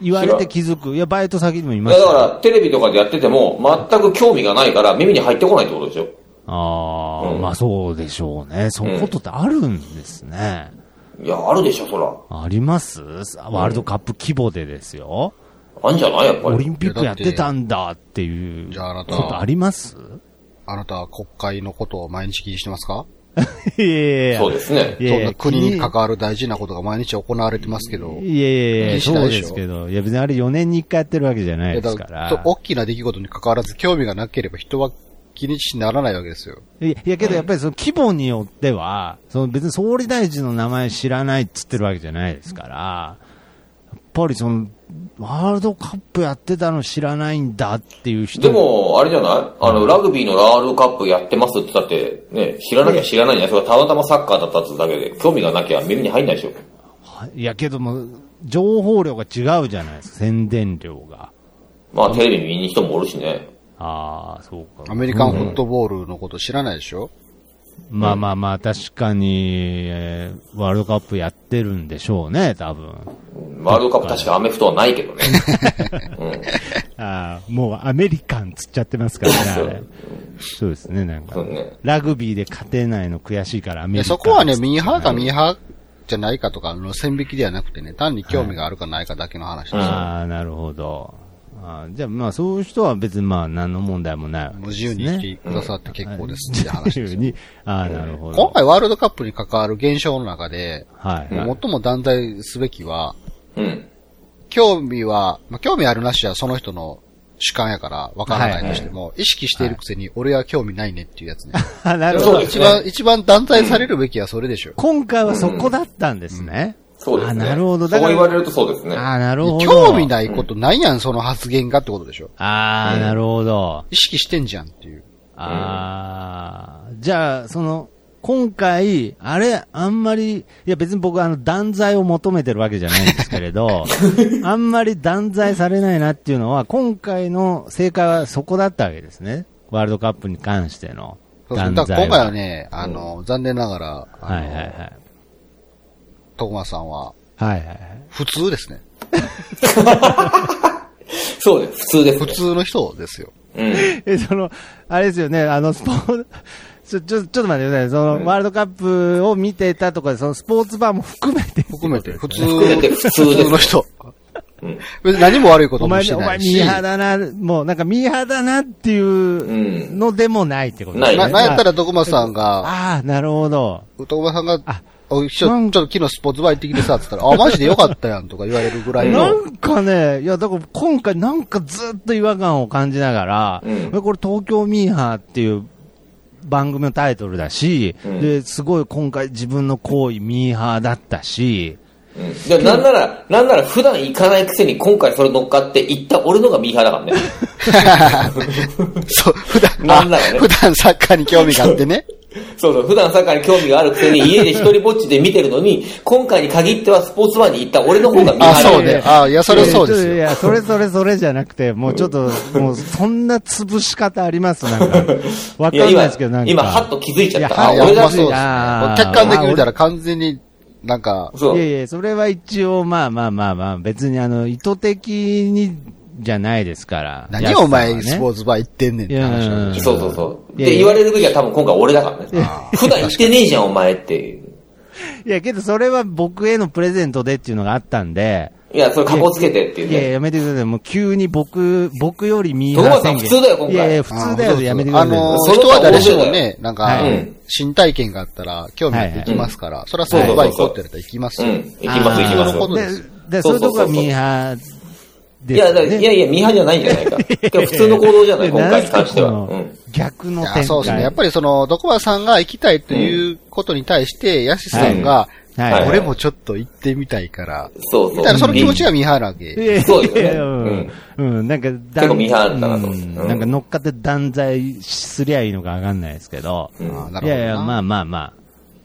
Speaker 2: 言われて気づく。いや、バイト先にもい
Speaker 4: い
Speaker 2: ま
Speaker 4: や
Speaker 2: すよ。
Speaker 4: だから、テレビとかでやってても、全く興味がないから、耳に入ってこないってことでしょ
Speaker 2: ああ、
Speaker 4: うん
Speaker 2: まあそうでしょうね。そういうことってあるんですね。
Speaker 4: いや、あるでしょ、そら。
Speaker 2: ありますワールドカップ規模でですよ。
Speaker 4: あんじゃないやっぱ
Speaker 2: オ
Speaker 4: り。
Speaker 2: リンピックやってたんだっていう
Speaker 3: じゃああな
Speaker 2: こ
Speaker 3: た
Speaker 2: とあります
Speaker 3: あなたは国会のことを毎日気にしてますか
Speaker 2: いやいや
Speaker 4: そうですね。
Speaker 2: いや
Speaker 3: そんな国に関
Speaker 2: か
Speaker 3: わる大事なことが毎日行われてますけど、
Speaker 2: いやいやいや、
Speaker 3: 気にしな
Speaker 2: そ
Speaker 3: いうでし
Speaker 2: で
Speaker 3: ょ
Speaker 2: すけど。いや別にあれ4年に1回やってるわけじゃないい
Speaker 3: や
Speaker 2: で
Speaker 3: だ
Speaker 2: す
Speaker 3: か
Speaker 2: からら。
Speaker 3: 大きな出来事に関わらず興味がなければ人は気にしならないわけですよ。
Speaker 2: いやいやけどやっぱりその規模によっては、その別に総理大臣の名前知らないっつってるわけじゃないですから、やっぱりその、ワールドカップやってたの知らないんだっていう人
Speaker 4: でも、あれじゃないあの、ラグビーのワールドカップやってますって言ったって、ね、知らなきゃ知らないんじゃないそれはたまたまサッカーだったってだけで、興味がなきゃ耳に入んないでしょ。
Speaker 2: いやけども、情報量が違うじゃないですか、宣伝量が。
Speaker 4: まあ、テレビ見に人もおるしね。
Speaker 2: ああ、そうか。
Speaker 3: アメリカンフットボールのこと知らないでしょ、
Speaker 2: まあまあまあ、確かに、えーワールドカップやってるんでしょうね、多分。
Speaker 4: ワールドカップ確かアメフトはないけどね。うん。
Speaker 2: ああ、もうアメリカンつっちゃってますからね、あれ。そうですね、なんか
Speaker 4: そうね。
Speaker 2: ラグビーで勝てないの悔しいからア
Speaker 3: い
Speaker 2: メリカ
Speaker 3: や
Speaker 2: ン。
Speaker 3: そこはね、ミーハーかミーハーじゃないかとかの線引きではなくてね、単に興味があるかないかだけの話ですよ。
Speaker 2: ああ、なるほど。ああじゃあ、まあ、そういう人は別にまあ、何の問題もないわけです、ね。
Speaker 3: もう自由に生きてくださって結構ですって話です
Speaker 2: 自由
Speaker 3: よ。
Speaker 2: に。ああ、なるほど。
Speaker 3: 今回ワールドカップに関わる現象の中で、
Speaker 2: はい、はい。
Speaker 3: 最も断罪すべきは、
Speaker 4: うん。
Speaker 3: 興味は、まあ、興味あるなしはその人の主観やから分からないとしても、意識しているくせに俺は興味ないねっていうやつね。
Speaker 2: あなるほ
Speaker 4: そう
Speaker 2: ど。
Speaker 4: で
Speaker 3: 一
Speaker 4: すね
Speaker 3: 番、一番断罪されるべきはそれでしょ。
Speaker 2: 今回はそこだったんですね。
Speaker 4: そうですね。
Speaker 2: あなるほど。
Speaker 4: そ
Speaker 2: だ
Speaker 4: う
Speaker 2: から
Speaker 4: 言われるとそうですね。
Speaker 2: ああ、なるほど。
Speaker 3: 興味ないことないやん、その発言がってことでしょ。
Speaker 2: ああ、なるほど。
Speaker 3: 意識してんじゃんっていう。
Speaker 2: ああ、じゃあ、その、今回、あれ、あんまり、いや別に僕、あの、断罪を求めてるわけじゃないんですけれ
Speaker 4: *laughs*
Speaker 2: ど、あんまり断罪されないなっていうのは、今回の正解はそこだったわけですね。ワールドカップに関しての
Speaker 3: そうそう
Speaker 2: 断
Speaker 3: だ
Speaker 2: 罪
Speaker 3: から今回はね、あの、残念ながら、あの、
Speaker 2: はいはいはい。
Speaker 3: 徳間さんは、
Speaker 2: はいはいはい。
Speaker 3: 普通ですね。
Speaker 4: そうです。普通です、
Speaker 3: 普
Speaker 4: ね。
Speaker 3: 通の人ですよ。
Speaker 2: *laughs*
Speaker 4: うん。
Speaker 2: え、その、あれですよね、あの、スポーツ、ちょ、ちょ、ちょっと待ってください。その、ワールドカップを見てたとか、そのスポーツバーも含めて。
Speaker 3: 含めて、普通、
Speaker 4: 含めて普通です
Speaker 3: 普の人。別に何も悪いこと
Speaker 2: お
Speaker 3: も
Speaker 2: 前
Speaker 3: し
Speaker 2: ね、
Speaker 3: て
Speaker 2: お
Speaker 3: な
Speaker 2: 前
Speaker 3: い
Speaker 2: ミ
Speaker 3: し。
Speaker 2: ーハーだな、もうなんかミーハーだなっていうのでもないってこと
Speaker 4: ない
Speaker 2: ね
Speaker 3: な、なんやった
Speaker 2: ら。
Speaker 3: ら徳間さんが、
Speaker 2: ああ、なるほど。
Speaker 3: 徳間さんが
Speaker 2: あ、
Speaker 3: おいちょ
Speaker 2: な
Speaker 3: ちょ
Speaker 2: ん
Speaker 3: っと昨日スポーツバー行ってきてさ、つったら、あ、マジでよかったやんとか言われるぐらい
Speaker 2: な
Speaker 3: の、
Speaker 2: んかね、いや、だから今回なんかずっと違和感を感じながら、
Speaker 4: うん
Speaker 2: これ東京ミーハーっていう番組のタイトルだし、
Speaker 4: うん
Speaker 2: で、すごい今回自分の行為ミーハーだったし、
Speaker 4: うん。じゃあなんなら、なんなら普段行かないくせに今回それ乗っかって行った俺のがミーハーだから
Speaker 2: *laughs*
Speaker 4: ね。
Speaker 3: *laughs* そう、普段、
Speaker 4: なん
Speaker 3: あ
Speaker 4: だろうね
Speaker 3: 普段サッカーに興味があってね。
Speaker 4: そうそう。普段サッカーに興味があるくせに家で一人ぼっちで見てるのに、今回に限ってはスポーツバーに行った俺の方がミーハ
Speaker 3: あ、
Speaker 4: ーだ
Speaker 3: そう
Speaker 4: よ
Speaker 3: ね。あ、いや、それそうです
Speaker 2: い
Speaker 3: よ。
Speaker 2: や、それそれそれじゃなくて、もうちょっと、もうそんな潰し方ありますなん
Speaker 3: *laughs*
Speaker 2: か。わかんないですけど、なんか。
Speaker 4: 今、はっと気づいちゃっ
Speaker 2: いや
Speaker 4: た。
Speaker 2: は
Speaker 4: *laughs* あ、
Speaker 2: っ
Speaker 3: いや、
Speaker 4: 俺
Speaker 3: ほん
Speaker 4: だ
Speaker 3: ま
Speaker 4: し
Speaker 3: そうですね。客
Speaker 2: あー
Speaker 3: 観的に見たら完全に、なんか、
Speaker 4: そう。
Speaker 2: いやいや、それは一応、まあまあまあまあ、別にあの、意図的にじゃないですから。
Speaker 3: 何お前スポ
Speaker 2: ー
Speaker 3: ーツバー行ってんねんって話なんでしょ。
Speaker 4: そうそうそう。
Speaker 2: いやい
Speaker 4: で、
Speaker 2: や
Speaker 4: 言われるべきは多分今回俺だからね。普段行ってねえじゃん、お前っていう。
Speaker 2: ツ。いや、けどそれは僕へのプレゼントでっていうのがあったんで、
Speaker 4: いや、それ格好つけてっていう
Speaker 2: いやいや、
Speaker 4: ね。
Speaker 2: やめてください。もう急に僕、僕よりミーハー宣言。
Speaker 4: 徳川さん普通だよ今回
Speaker 2: いやいや、普通だよ。やめてください。
Speaker 3: あの
Speaker 4: そ
Speaker 3: ー、
Speaker 4: れ
Speaker 3: 人
Speaker 4: とは
Speaker 3: は誰しも
Speaker 4: 面白い、
Speaker 3: ね、なんか
Speaker 2: はい
Speaker 3: 新体験があったら、興味があって行きますから、それはスポーツバー行こうって言われたら行きます
Speaker 4: う
Speaker 3: よ。
Speaker 4: ん。行きます、行き
Speaker 3: あーな
Speaker 4: ま
Speaker 3: る
Speaker 4: す
Speaker 3: ほ。ど
Speaker 2: で、でそういうとこがミーハーですよね。
Speaker 4: いや、だからいやいや、ミーハーじゃないんじゃないか。だから普通の行動じゃない、今回に関しては。
Speaker 2: なん
Speaker 4: う
Speaker 2: かこの
Speaker 4: ん。
Speaker 2: 逆の展
Speaker 3: あ
Speaker 2: 開。
Speaker 3: そうですね。やっぱりその、徳川さんが行きたいということに対して、ヤシさんが、
Speaker 2: はい
Speaker 4: はい
Speaker 3: 俺もちょっと行ってみたいから、
Speaker 4: そうそ
Speaker 3: みたいな、
Speaker 4: う。
Speaker 3: その気持ち
Speaker 4: は。
Speaker 3: が見張るわけ。
Speaker 2: り
Speaker 4: そうですね
Speaker 2: *laughs* うん。うんなんか、結
Speaker 4: 結構ミーハーだなと思ってうん
Speaker 2: なんか乗っかって断罪すりゃいいのかわかんないですけど。
Speaker 4: うん
Speaker 3: あーなるほどない
Speaker 2: やいや、まあまあまあ。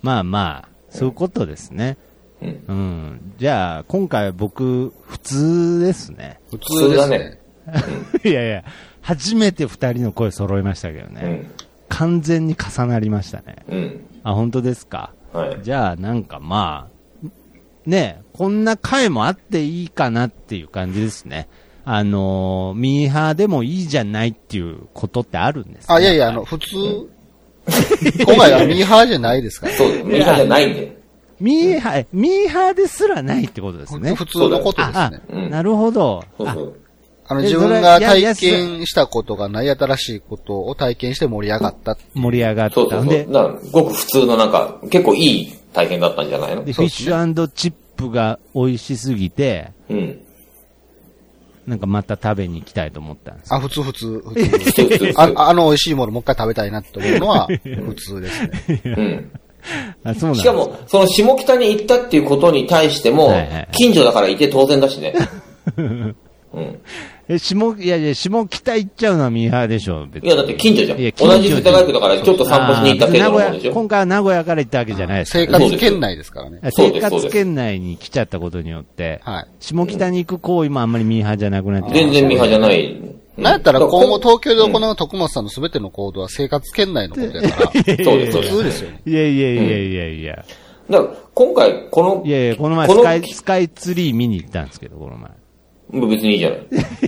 Speaker 2: まあまあ、そういうことですね。
Speaker 4: うん
Speaker 2: うん。じゃあ、今回僕、普通ですね。 *laughs*
Speaker 3: 普
Speaker 4: 通
Speaker 3: 通で
Speaker 4: だ
Speaker 3: す
Speaker 4: ね
Speaker 3: ね。
Speaker 2: いやいや、初めて二人の声揃いましたけど
Speaker 4: う
Speaker 2: ね。
Speaker 4: ん。
Speaker 2: 完全に重なりましたね。
Speaker 4: うん。
Speaker 2: あ、本当ですか。
Speaker 4: はい。
Speaker 2: じゃあ、なんかまあ、ねえ、こんな回もあっていいかなっていう感じですね。あのーミーハーでもいいじゃないっていうことってあるんですか
Speaker 3: あ、いやいや、あの、普通、今回はミーハーじゃないですから。
Speaker 4: そうです。ミーハーじゃないんで。
Speaker 2: ミーハー、ミーハーですらないってことですね。
Speaker 3: 普通のことです
Speaker 2: あ、
Speaker 3: ね。
Speaker 2: あ
Speaker 4: うん
Speaker 2: なるほど。
Speaker 4: そう
Speaker 2: あ
Speaker 4: そう。
Speaker 3: あの、
Speaker 2: え
Speaker 3: 自
Speaker 2: それ
Speaker 3: 分が
Speaker 2: いや
Speaker 3: 体験したことがない新しいことを体験して盛り上がった。
Speaker 2: 盛り上がっ
Speaker 4: そうそ
Speaker 2: た
Speaker 4: うんそ
Speaker 2: で
Speaker 4: う。、なんかごく普通のなんか、結構いい体験だったんじゃないの
Speaker 2: でフ
Speaker 3: そ
Speaker 2: ィ
Speaker 3: う
Speaker 2: ッ
Speaker 3: です
Speaker 2: シ
Speaker 3: ね
Speaker 2: ュチップが美味しすぎて、
Speaker 4: うん。
Speaker 2: なんかまた食べに行きたいと思ったんですよ
Speaker 3: あ、普通、普通、普通。
Speaker 4: 普通、普通、普
Speaker 3: あ
Speaker 4: 通。
Speaker 3: あの美味しいものもう一回食べたいなって思う
Speaker 2: *laughs*
Speaker 3: のは普通ですね。
Speaker 4: うん。
Speaker 2: あ、そうなん
Speaker 4: しかも、その下北に行ったっていうことに対しても
Speaker 2: はいはい、
Speaker 4: 近所だからいて当然だし
Speaker 2: *laughs*
Speaker 4: ね。うん。
Speaker 2: え、下、いやいや、下北行っちゃうのはミーハーでしょ、別
Speaker 4: い
Speaker 2: に
Speaker 4: や、だって近所じゃん。
Speaker 2: いや
Speaker 4: 同じ世田谷区だから、ちょっと散歩しに行った程度のも
Speaker 2: あー
Speaker 4: の
Speaker 2: 別
Speaker 4: で
Speaker 2: に名古屋
Speaker 4: しょ。
Speaker 2: 今回は名古屋から行ったわけじゃないです
Speaker 3: 生
Speaker 2: よ。
Speaker 3: 活圏内ですからね。
Speaker 4: そうで
Speaker 2: 生
Speaker 4: すそうです
Speaker 2: 活圏内に来ちゃったことによって、
Speaker 3: はい
Speaker 2: 下北に行く行為もあんまりミーハーじゃなくなっちゃう。
Speaker 4: 全然ミーハーじゃない。
Speaker 3: なんやったら
Speaker 4: うん
Speaker 3: 今後東京で行う徳松さんの全ての行動は生活圏内のことやか
Speaker 2: そう
Speaker 3: ら、
Speaker 4: そうです、そう
Speaker 3: 普
Speaker 4: で
Speaker 3: 通
Speaker 4: す。
Speaker 3: ですよね。
Speaker 2: *laughs* いやいやいやいやいや。
Speaker 4: だから、今回、この、
Speaker 2: いやいや、この前
Speaker 4: この
Speaker 2: スカイ、スカイツリー見に行ったんですけど、この前。 *laughs*
Speaker 4: 別にいいじゃない。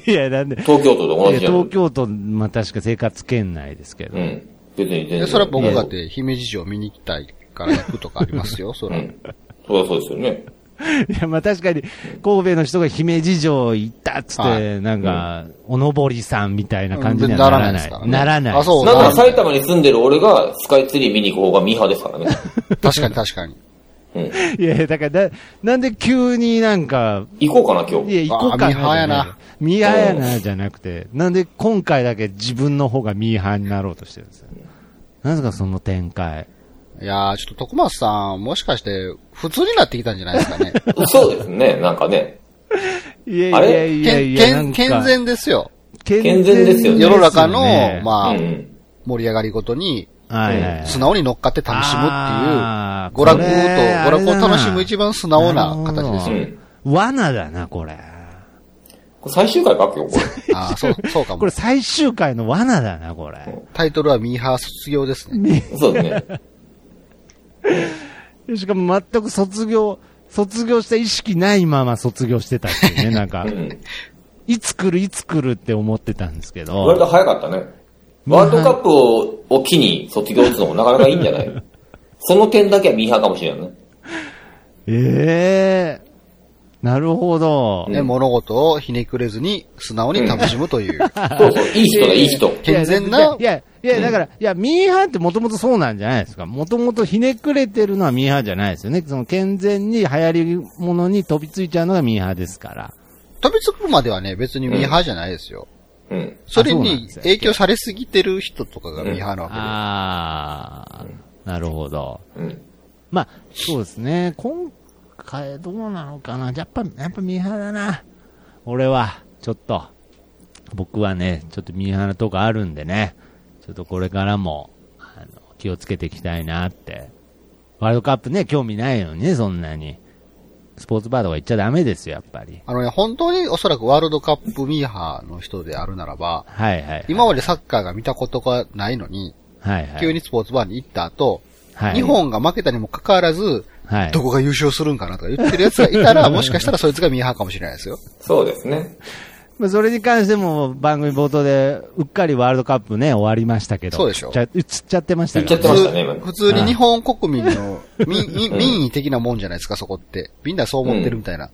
Speaker 2: いや、なんで。
Speaker 4: 東京都と
Speaker 2: い
Speaker 4: 同
Speaker 2: や
Speaker 4: じじゃない
Speaker 2: 東。京都、まあ確か生活圏内ですけど。
Speaker 4: うん。別に全
Speaker 3: で
Speaker 4: 然。
Speaker 3: それは僕だっ
Speaker 4: うん
Speaker 3: て姫路城見に行きたいから行くとかありますよ、それ
Speaker 4: う
Speaker 3: は。
Speaker 4: ん。そうだそうですよね。
Speaker 2: いや、まあ確かに、神戸の人が姫路城行ったっつって、
Speaker 3: はい
Speaker 2: なんか、おのぼりさんみたいな感じには
Speaker 3: な
Speaker 2: なら
Speaker 3: らないで
Speaker 2: な
Speaker 3: す
Speaker 2: い。
Speaker 3: から
Speaker 2: な
Speaker 3: ね
Speaker 2: らない。
Speaker 3: あそう
Speaker 4: なん
Speaker 3: な
Speaker 4: か
Speaker 3: んだ
Speaker 4: 埼玉に住んでる俺がスカイツリー見に行く方がミーハーですからね。
Speaker 3: 確かに確かに。
Speaker 4: うん。
Speaker 2: *laughs* いやいや、だからな、なんで急になんか、
Speaker 4: 行こうかな、今日。
Speaker 2: いや、行こうかな。
Speaker 3: あミーハーやな。
Speaker 2: ミーハーやな、じゃなくて、なんで今回だけ自分の方がミーハーになろうとしてるんですよ。なぜかその展開。
Speaker 3: いやー、ちょっと徳松さん、もしかして、普通になってきたんじゃないですかね。
Speaker 4: そうですね、なんかね。
Speaker 2: いやい
Speaker 4: あ
Speaker 2: *laughs*
Speaker 4: れ
Speaker 2: やいやいや、なん
Speaker 3: 健
Speaker 2: か
Speaker 3: 健全ですよ。
Speaker 2: 健
Speaker 4: 健全ですよね
Speaker 3: 世の中の、
Speaker 2: あ、
Speaker 4: う
Speaker 3: まあ、
Speaker 4: ん。
Speaker 3: 盛り上がりごとに、
Speaker 2: はいはいはい
Speaker 3: 素直に乗っかって楽しむ
Speaker 2: あー
Speaker 3: っていう、娯楽、
Speaker 2: ことれ
Speaker 3: 娯楽を楽しむ一番素直な
Speaker 2: なる
Speaker 3: 形
Speaker 2: ほ
Speaker 3: で
Speaker 2: ど
Speaker 3: す
Speaker 4: う
Speaker 3: よ。
Speaker 4: ん。
Speaker 2: 罠だな、これ。
Speaker 4: これ最終回か、今日これ。
Speaker 3: ああ、そう、そうか
Speaker 2: こ
Speaker 3: も
Speaker 2: れ。最終回の罠だな、これ。
Speaker 3: タイトルはミーハー卒業ですね。
Speaker 4: そうですね。
Speaker 2: しかも全く卒業、卒業した意識ないまま卒業してたっていうね、なんか
Speaker 4: う、ん。
Speaker 2: いつ来るいつ来るって思ってたんですけ
Speaker 3: *laughs*
Speaker 2: ど。
Speaker 4: 割と早かったね。ワールドカップをを機に卒業打つのもなかなかいいんじゃないその点だけはミーハーかもしれないね。
Speaker 2: ええなるほど。
Speaker 3: ね、物事をひねくれずに、素直に楽しむという。
Speaker 4: そうそう、いい人だ、いい人。
Speaker 3: 健全
Speaker 2: いや
Speaker 3: な、
Speaker 2: いや、いや、だから、いや、ミーハーってもともとそうなんじゃないですか。もともとひねくれてるのはミーハーじゃないですよね。その健全に流行り物に飛びついちゃうのがミーハーですから。
Speaker 3: 飛びつくまではね、別にミーハーじゃないですよ。
Speaker 4: うん。
Speaker 3: それ
Speaker 2: そうなん
Speaker 3: に
Speaker 2: ですよ
Speaker 3: 影響されすぎてる人とかがミーハーなわけで。
Speaker 2: ああ、なるほど。
Speaker 4: うん。
Speaker 2: まあ、そうですね。今回どうなのかな。やっぱ、やっぱミーハーだな。俺は、ちょっと、僕はね、ちょっとミーハーなとこあるんでね、ちょっとこれからも、あの、気をつけていきたいなって。ワールドカップね、興味ないのにね、そんなに。スポーツバーとか行っちゃダメですよ、やっぱり。
Speaker 3: あのね、本当におそらくワールドカップミーハーの人であるならば、
Speaker 2: はいはい、はい。
Speaker 3: 今までサッカーが見たことがないのに、
Speaker 2: はいはい。
Speaker 3: 急にスポーツバーに行った後、
Speaker 2: はい、
Speaker 3: 日本が負けたにもかかわらず、
Speaker 2: はい
Speaker 3: どこが優勝するんかなとか言ってる奴がいた
Speaker 2: *laughs*
Speaker 3: ら、もしかしたらそいつがミーハーかもしれないですよ。
Speaker 4: そうですね。
Speaker 2: まあ、それに関しても番組冒頭でうっかりワールドカップね終わりましたけど
Speaker 3: そうでしょ
Speaker 2: ちゃ映っちゃってましたか
Speaker 4: 映っち
Speaker 2: ら
Speaker 4: ゃ
Speaker 2: ね
Speaker 4: ってましたね今
Speaker 3: 普通に日本国民
Speaker 2: *laughs*
Speaker 3: の民民民意的なもんじゃないですか、そこって。みんなそう思ってるみたいな。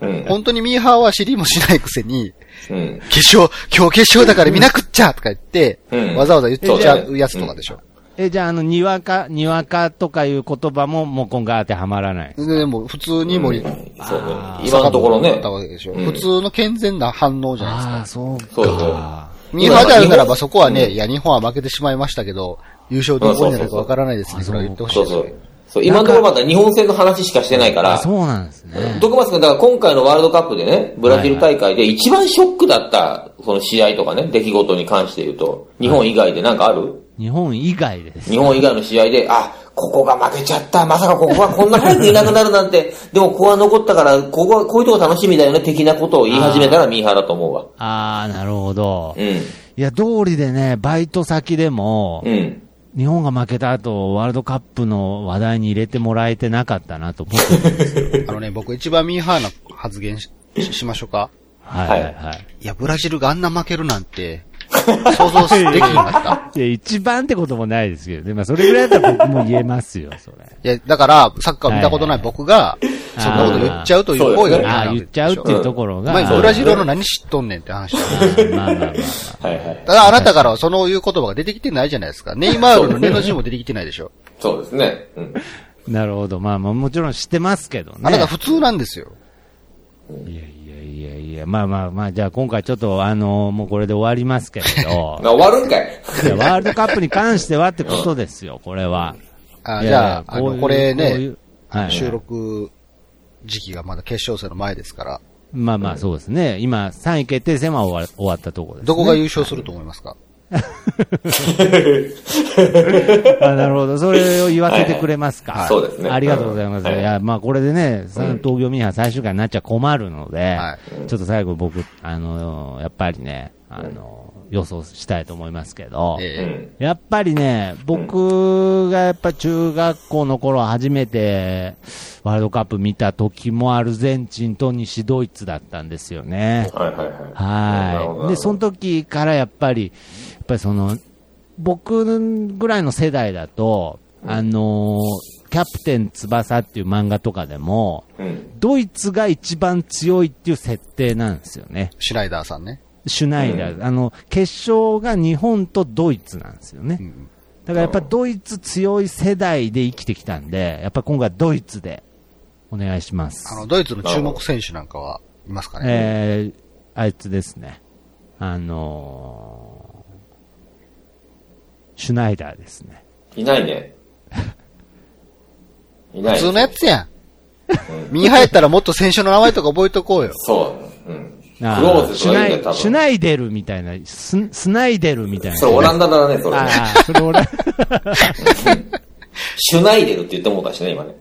Speaker 4: うん。
Speaker 3: 本当にミーハーは知りもしないくせに、
Speaker 4: うん。
Speaker 3: 決勝、今日決勝だから見なくっちゃとか言って、
Speaker 4: うん
Speaker 3: わざわざ言っちゃうやつとかでしょ。
Speaker 2: えじゃああのにわかにわかとかいう言葉ももう今回当てはまらない
Speaker 3: でもう普通に盛り、
Speaker 4: そうね。今のところね。
Speaker 3: わけでしょ。
Speaker 4: うん
Speaker 3: 普通の健全な反応じゃないですか。
Speaker 2: あそう
Speaker 4: そうそう。
Speaker 3: ミーハーであるならばそこはね、いや、日本は負けてしまいましたけど、優勝どこになるかわからないですね、それは言ってほしい
Speaker 4: そ
Speaker 3: で
Speaker 4: う
Speaker 3: す
Speaker 4: そ
Speaker 3: よ
Speaker 4: う。そう、今のところまだ日本戦の話しかしてないか
Speaker 2: あ
Speaker 4: ら、
Speaker 2: そうなんですね
Speaker 4: 徳松君、だから今回のワールドカップでね、ブラジル大会で一番ショックだった、その試合とかね、出来事に関して言うと、日本以外でなんかある、
Speaker 2: 日本以外です
Speaker 4: 日本以外の試合で、あ、ここが負けちゃった、まさかここはこんな早くいなくなるなんて、 *laughs* でもここは残ったから、ここはこういうとこ楽しみだよね、的なことを言い始めたらミーハーだと思うわ。
Speaker 2: ああなるほど、
Speaker 4: う
Speaker 2: い
Speaker 4: ん。
Speaker 2: や通りでねバイト先でも、
Speaker 4: うん。
Speaker 2: 日本が負けた後ワールドカップの話題に入れてもらえてなかったなと思
Speaker 4: *laughs*
Speaker 2: ってる
Speaker 3: あのね、僕一番ミーハーな発言しししましょうか。
Speaker 2: はいはいはい
Speaker 3: いや、ブラジルがあんな負けるなんて、想像できな
Speaker 2: *laughs*
Speaker 3: かっ
Speaker 2: いや、一番ってこともないですけどね。まあ、それぐらいだったら僕も言えますよ、それ。
Speaker 3: た。いや、だから、サッカーを見たことない僕が、
Speaker 2: い
Speaker 3: そんなこと言っちゃうという行為がミーハー
Speaker 2: *laughs* あ
Speaker 3: な
Speaker 2: あ、
Speaker 3: ん
Speaker 2: 言っちゃうっていうところ
Speaker 3: お
Speaker 2: が。
Speaker 3: 前、
Speaker 2: まあ
Speaker 3: ブラジルの何知っとんねんって話だよ
Speaker 2: まあまあまあ。
Speaker 4: はいはい。
Speaker 3: ただ、あなたからはそのいう言葉が出てきてないじゃないですか。ネイマールの根の字も出てきてないでしょ。
Speaker 4: そうですね。うん。
Speaker 2: なるほど。まあまあ、もちろん知ってますけどね。
Speaker 3: あなた普通なんですよ。
Speaker 2: いやいやいやいや、まあまあまあ、じゃあ今回ちょっと、あのもうこれで終わりますけれど。
Speaker 3: *laughs*
Speaker 4: あ終わるんかい。
Speaker 2: いやワールドカップに関してはってことですよ、これは。
Speaker 3: あ
Speaker 2: いや
Speaker 3: じゃあ、あ
Speaker 2: こう
Speaker 3: の
Speaker 2: いう
Speaker 3: これ
Speaker 2: こうい
Speaker 3: ね
Speaker 2: う、はい
Speaker 3: 収録時期がまだ決勝戦の前ですから、
Speaker 2: まあまあ、そうですね。今、3位決定戦は終わ終わったところです。
Speaker 3: どこが優勝すると思いますか
Speaker 2: あなるほど。それを言わせてくれますか。
Speaker 4: はいはいそうですね
Speaker 2: ありがとうございます。
Speaker 4: はい
Speaker 2: い、や、まあ、これでね、さ東京ミーハー最終回になっちゃ困るので、
Speaker 3: は
Speaker 2: ちょっと最後僕、あのーやっぱりね、あの、予想したいと思いますけど、
Speaker 4: う
Speaker 3: え
Speaker 4: ん。
Speaker 2: やっぱりね、僕がやっぱ中学校の頃初めてワールドカップ見た時もアルゼンチンと西ドイツだったんですよね。
Speaker 4: はいはいはい。なるほどなるほ
Speaker 2: は
Speaker 4: ど
Speaker 2: い。で、その時からやっぱり、やっぱりその、僕ぐらいの世代だと、あのーキャプテン翼っていう漫画とかでも、
Speaker 4: うん。
Speaker 2: ドイツが一番強いっていう設定なんですよね。
Speaker 3: えシュナイダーさんね。
Speaker 2: シュナイダー。あの、決勝が日本とドイツなんですよね。
Speaker 3: うん。
Speaker 2: だからやっぱドイツ強い世代で生きてきたんで、やっぱ今回ドイツでお願いしま
Speaker 3: あの、
Speaker 2: す。
Speaker 3: ドイツの注目選手なんかはいますかね。
Speaker 2: えー、あいつですね。あのー、シュナイダーですね。
Speaker 4: いない *laughs* ね。いない。
Speaker 3: 普通のやつやん。見入ったらもっと選手の名前とか覚えとこうよ。
Speaker 4: そう。うん。クロ
Speaker 2: あ
Speaker 4: ーズ
Speaker 2: シ
Speaker 4: と
Speaker 2: ュ
Speaker 4: か
Speaker 2: ナ
Speaker 4: いいね、多
Speaker 2: イ
Speaker 4: 分。
Speaker 2: シュナイデルみたいな、ススナイデルみたいな。
Speaker 4: それオランダだね、それ。
Speaker 2: ああ、それオラン
Speaker 4: シュナイデルって言ってもうたしね、今ね。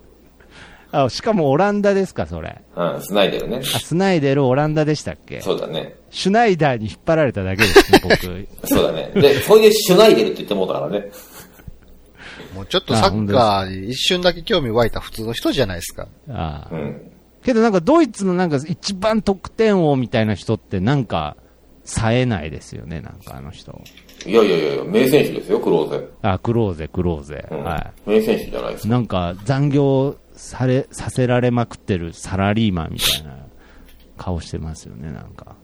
Speaker 2: ダあ。しかもオランダですか、それ。
Speaker 4: うん、スナイデルね。
Speaker 2: あ、スナイデル、オランダでしたっけ
Speaker 4: そうだね。
Speaker 2: シュナイダーに引っ張られただけですね、僕。
Speaker 4: そうだね。で、それでシュナイデルって言ってもうたからね。
Speaker 3: もうちょっとサッカーに一瞬だけ興味湧いた普通の人じゃないですか。
Speaker 2: ああ
Speaker 4: うん。
Speaker 2: けどなんかドイツのなんか一番得点王みたいな人ってなんか冴えないですよね、なんかあの人。
Speaker 4: いやいやいやいや、名選手ですよ、クローゼ。
Speaker 2: あ、クローゼ、クローゼ。
Speaker 4: うん
Speaker 2: は
Speaker 4: 名選手じゃないです
Speaker 2: い。
Speaker 4: か。
Speaker 2: なんか残業され、させられまくってるサラリーマンみたいな顔してますよね、なんか。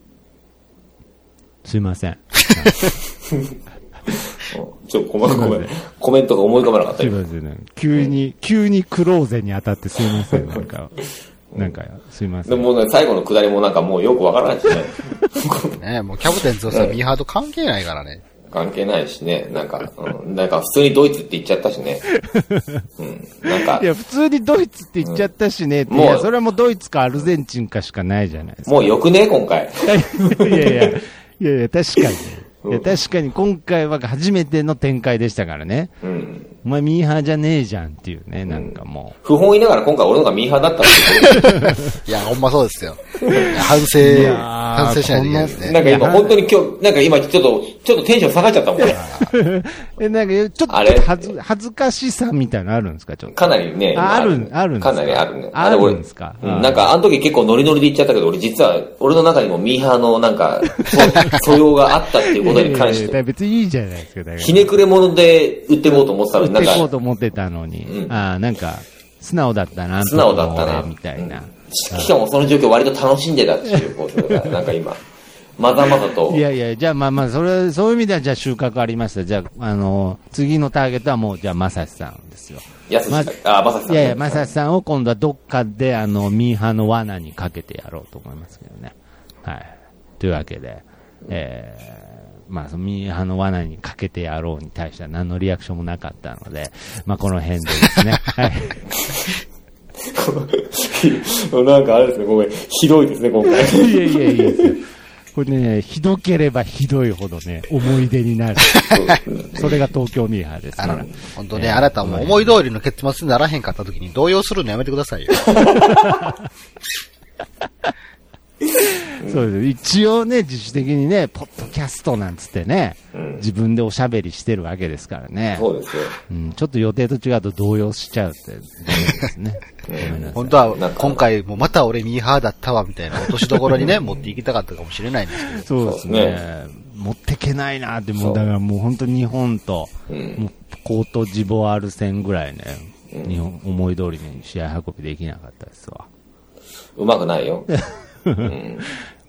Speaker 2: すいません。
Speaker 4: うんちょ、ごめんごめん。コメントが思い浮かばなかっ
Speaker 2: す
Speaker 4: た
Speaker 2: い
Speaker 4: よ。
Speaker 2: ません、なんか急に、急にクローゼに当たってすいません、なんか。なんか、すいませ
Speaker 4: で
Speaker 2: ん。
Speaker 4: もね、最後の下りもなんかもうよくわからないしね。
Speaker 3: ねもうキャプテン翼はミーハード関係ないからね。
Speaker 4: 関係ないしね。なんか、うん、なんか普通にドイツって言っちゃったしね。うん。なんか
Speaker 2: い、や、普通にドイツって言っちゃったしねって、
Speaker 4: うん
Speaker 2: い
Speaker 4: も
Speaker 2: や、
Speaker 4: う
Speaker 2: それはもうドイツかアルゼンチンかしかないじゃないですか。
Speaker 4: もうよくね、今回。
Speaker 2: いやいや、いやいや、確かに。いや確かに今回は初めての展開でしたからね。
Speaker 4: うん。
Speaker 2: お前ミーハーじゃねえじゃんっていうね、なんかも
Speaker 4: 不本意ながら今回俺のがミーハーだったんです
Speaker 3: いや、ほんまそうですよ。いや反省
Speaker 2: い、やー
Speaker 3: 反省しないといけないです
Speaker 4: けど、
Speaker 3: ね。
Speaker 4: なんか今本当に今日、なんか今ちょっと、ちょっとテンション下がっちゃったもんね。
Speaker 2: う。え、なんか、ちょっと、ち
Speaker 4: あ
Speaker 2: ょ
Speaker 4: れ
Speaker 2: っと恥ず恥ずかしさみたいなのあるんですかちょっと。
Speaker 4: かなりね。
Speaker 2: あ
Speaker 4: 今
Speaker 2: あるあるんです
Speaker 4: か
Speaker 2: か
Speaker 4: なりあるね。
Speaker 2: あ
Speaker 4: れ俺
Speaker 2: あるんですか
Speaker 4: う
Speaker 2: あー
Speaker 4: なんか、あの時結構ノリノリで言っちゃったけど、俺実は、俺の中にもミーハーのな
Speaker 2: *laughs*
Speaker 4: んか、そう素養があったっていうことに関し
Speaker 2: いやいやいや
Speaker 4: て、
Speaker 2: 別にいいじゃないですか、だから。
Speaker 4: ひねくれ者で売ってこうと思ってたの
Speaker 2: 打っ
Speaker 4: に、なん
Speaker 2: てこう
Speaker 4: か、
Speaker 2: と思ってたのに。
Speaker 4: うん
Speaker 2: ああ、なんか、素直だったな、
Speaker 4: 素直だったな。
Speaker 2: みたいな
Speaker 4: うん。しかもその状況割と楽しんでたっていうこと
Speaker 2: *laughs*
Speaker 4: が、なんか今、まだまだと
Speaker 2: い、やいや、じゃあまあまあ、それ、そういう意味では、じゃあ収穫ありました。じゃあ、あの、次のターゲットはもう、じゃあ、まさしさんですよ。
Speaker 4: やすし、
Speaker 2: ま
Speaker 4: あ、まさきさん。
Speaker 2: いやいや、まさしさんを今度はどっかで、あの、ミーハーの罠にかけてやろうと思いますけどね。はい。というわけで、えー、まあ、そのミーハーの罠にかけてやろうに対しては何のリアクションもなかったので、まあ、この辺でです *laughs* ね。はい。
Speaker 4: *laughs* なんかあれですね、ごめん。ひどいですね、今回。
Speaker 2: いやいやいやですよこれね、ひどければひどいほどね、思い出に *laughs* なる。それが東京ミーハーですか
Speaker 3: あの
Speaker 2: ら。、
Speaker 3: 本当ね、あなたも思い通りの結末にならへんかった時に動揺するのやめてくださいよ。
Speaker 2: そうです一応ね、自主的にね、ポッドキャストなんつってね、
Speaker 4: うん
Speaker 2: 自分でおしゃべりしてるわけですからね、
Speaker 4: そうですよ。
Speaker 2: うん、ちょっと予定と違うと動揺しちゃうって、ですね、
Speaker 4: *laughs*
Speaker 2: ごめんなさい
Speaker 3: 本当は、今回もまた俺ミーハーだったわ、みたいな落としどころにね、持っていきたかったかもしれないんですけど。
Speaker 2: そうです
Speaker 4: そう
Speaker 2: ね、持ってけないなって、
Speaker 4: そ
Speaker 2: も
Speaker 4: う
Speaker 2: うだからもう本当、日本と、
Speaker 4: うん
Speaker 2: もうコートジボワール戦ぐらいね、日本思い通りに試合運びできなかったですわ。
Speaker 4: うまくな
Speaker 2: *laughs*
Speaker 4: いよ。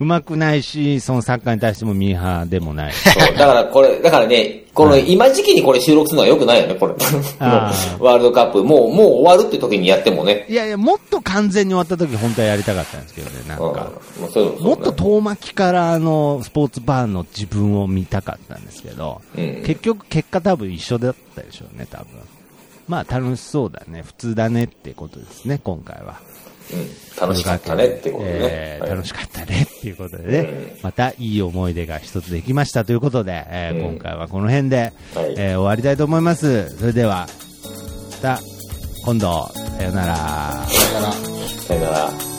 Speaker 2: うまくないし、そのサッカーに対してもミーハーでも
Speaker 4: *laughs*
Speaker 2: ない。
Speaker 4: そう。だからこれ、だからね、この今時期にこれ収録するのは良くないよね、これ。
Speaker 2: あ
Speaker 4: ワ *laughs* ールドカップ、もう、もう終わるって時にやってもね。
Speaker 2: いやいや、もっと完全に終わった時本当はやりたかったんですけどね、なん
Speaker 4: うん。も
Speaker 2: か。
Speaker 4: うそういうの
Speaker 2: もっと
Speaker 4: そうね
Speaker 2: 遠巻きからあのスポーツバーの自分を見たかったんですけど、
Speaker 4: うん
Speaker 2: 結局、結果多分一緒だったでしょうね、多分まあ楽しそうだね、普通だねってことですね、今回は。
Speaker 4: うん楽しかったねってことね。
Speaker 2: えー
Speaker 4: はい
Speaker 2: 楽しかったねっていうことでね、またいい思い出が一つできましたということで、えー
Speaker 4: うん
Speaker 2: 今回はこの辺で、
Speaker 4: はい
Speaker 2: えー終わりたいと思います。それでは、また今度、さよなら。
Speaker 3: だから、
Speaker 4: さよなら。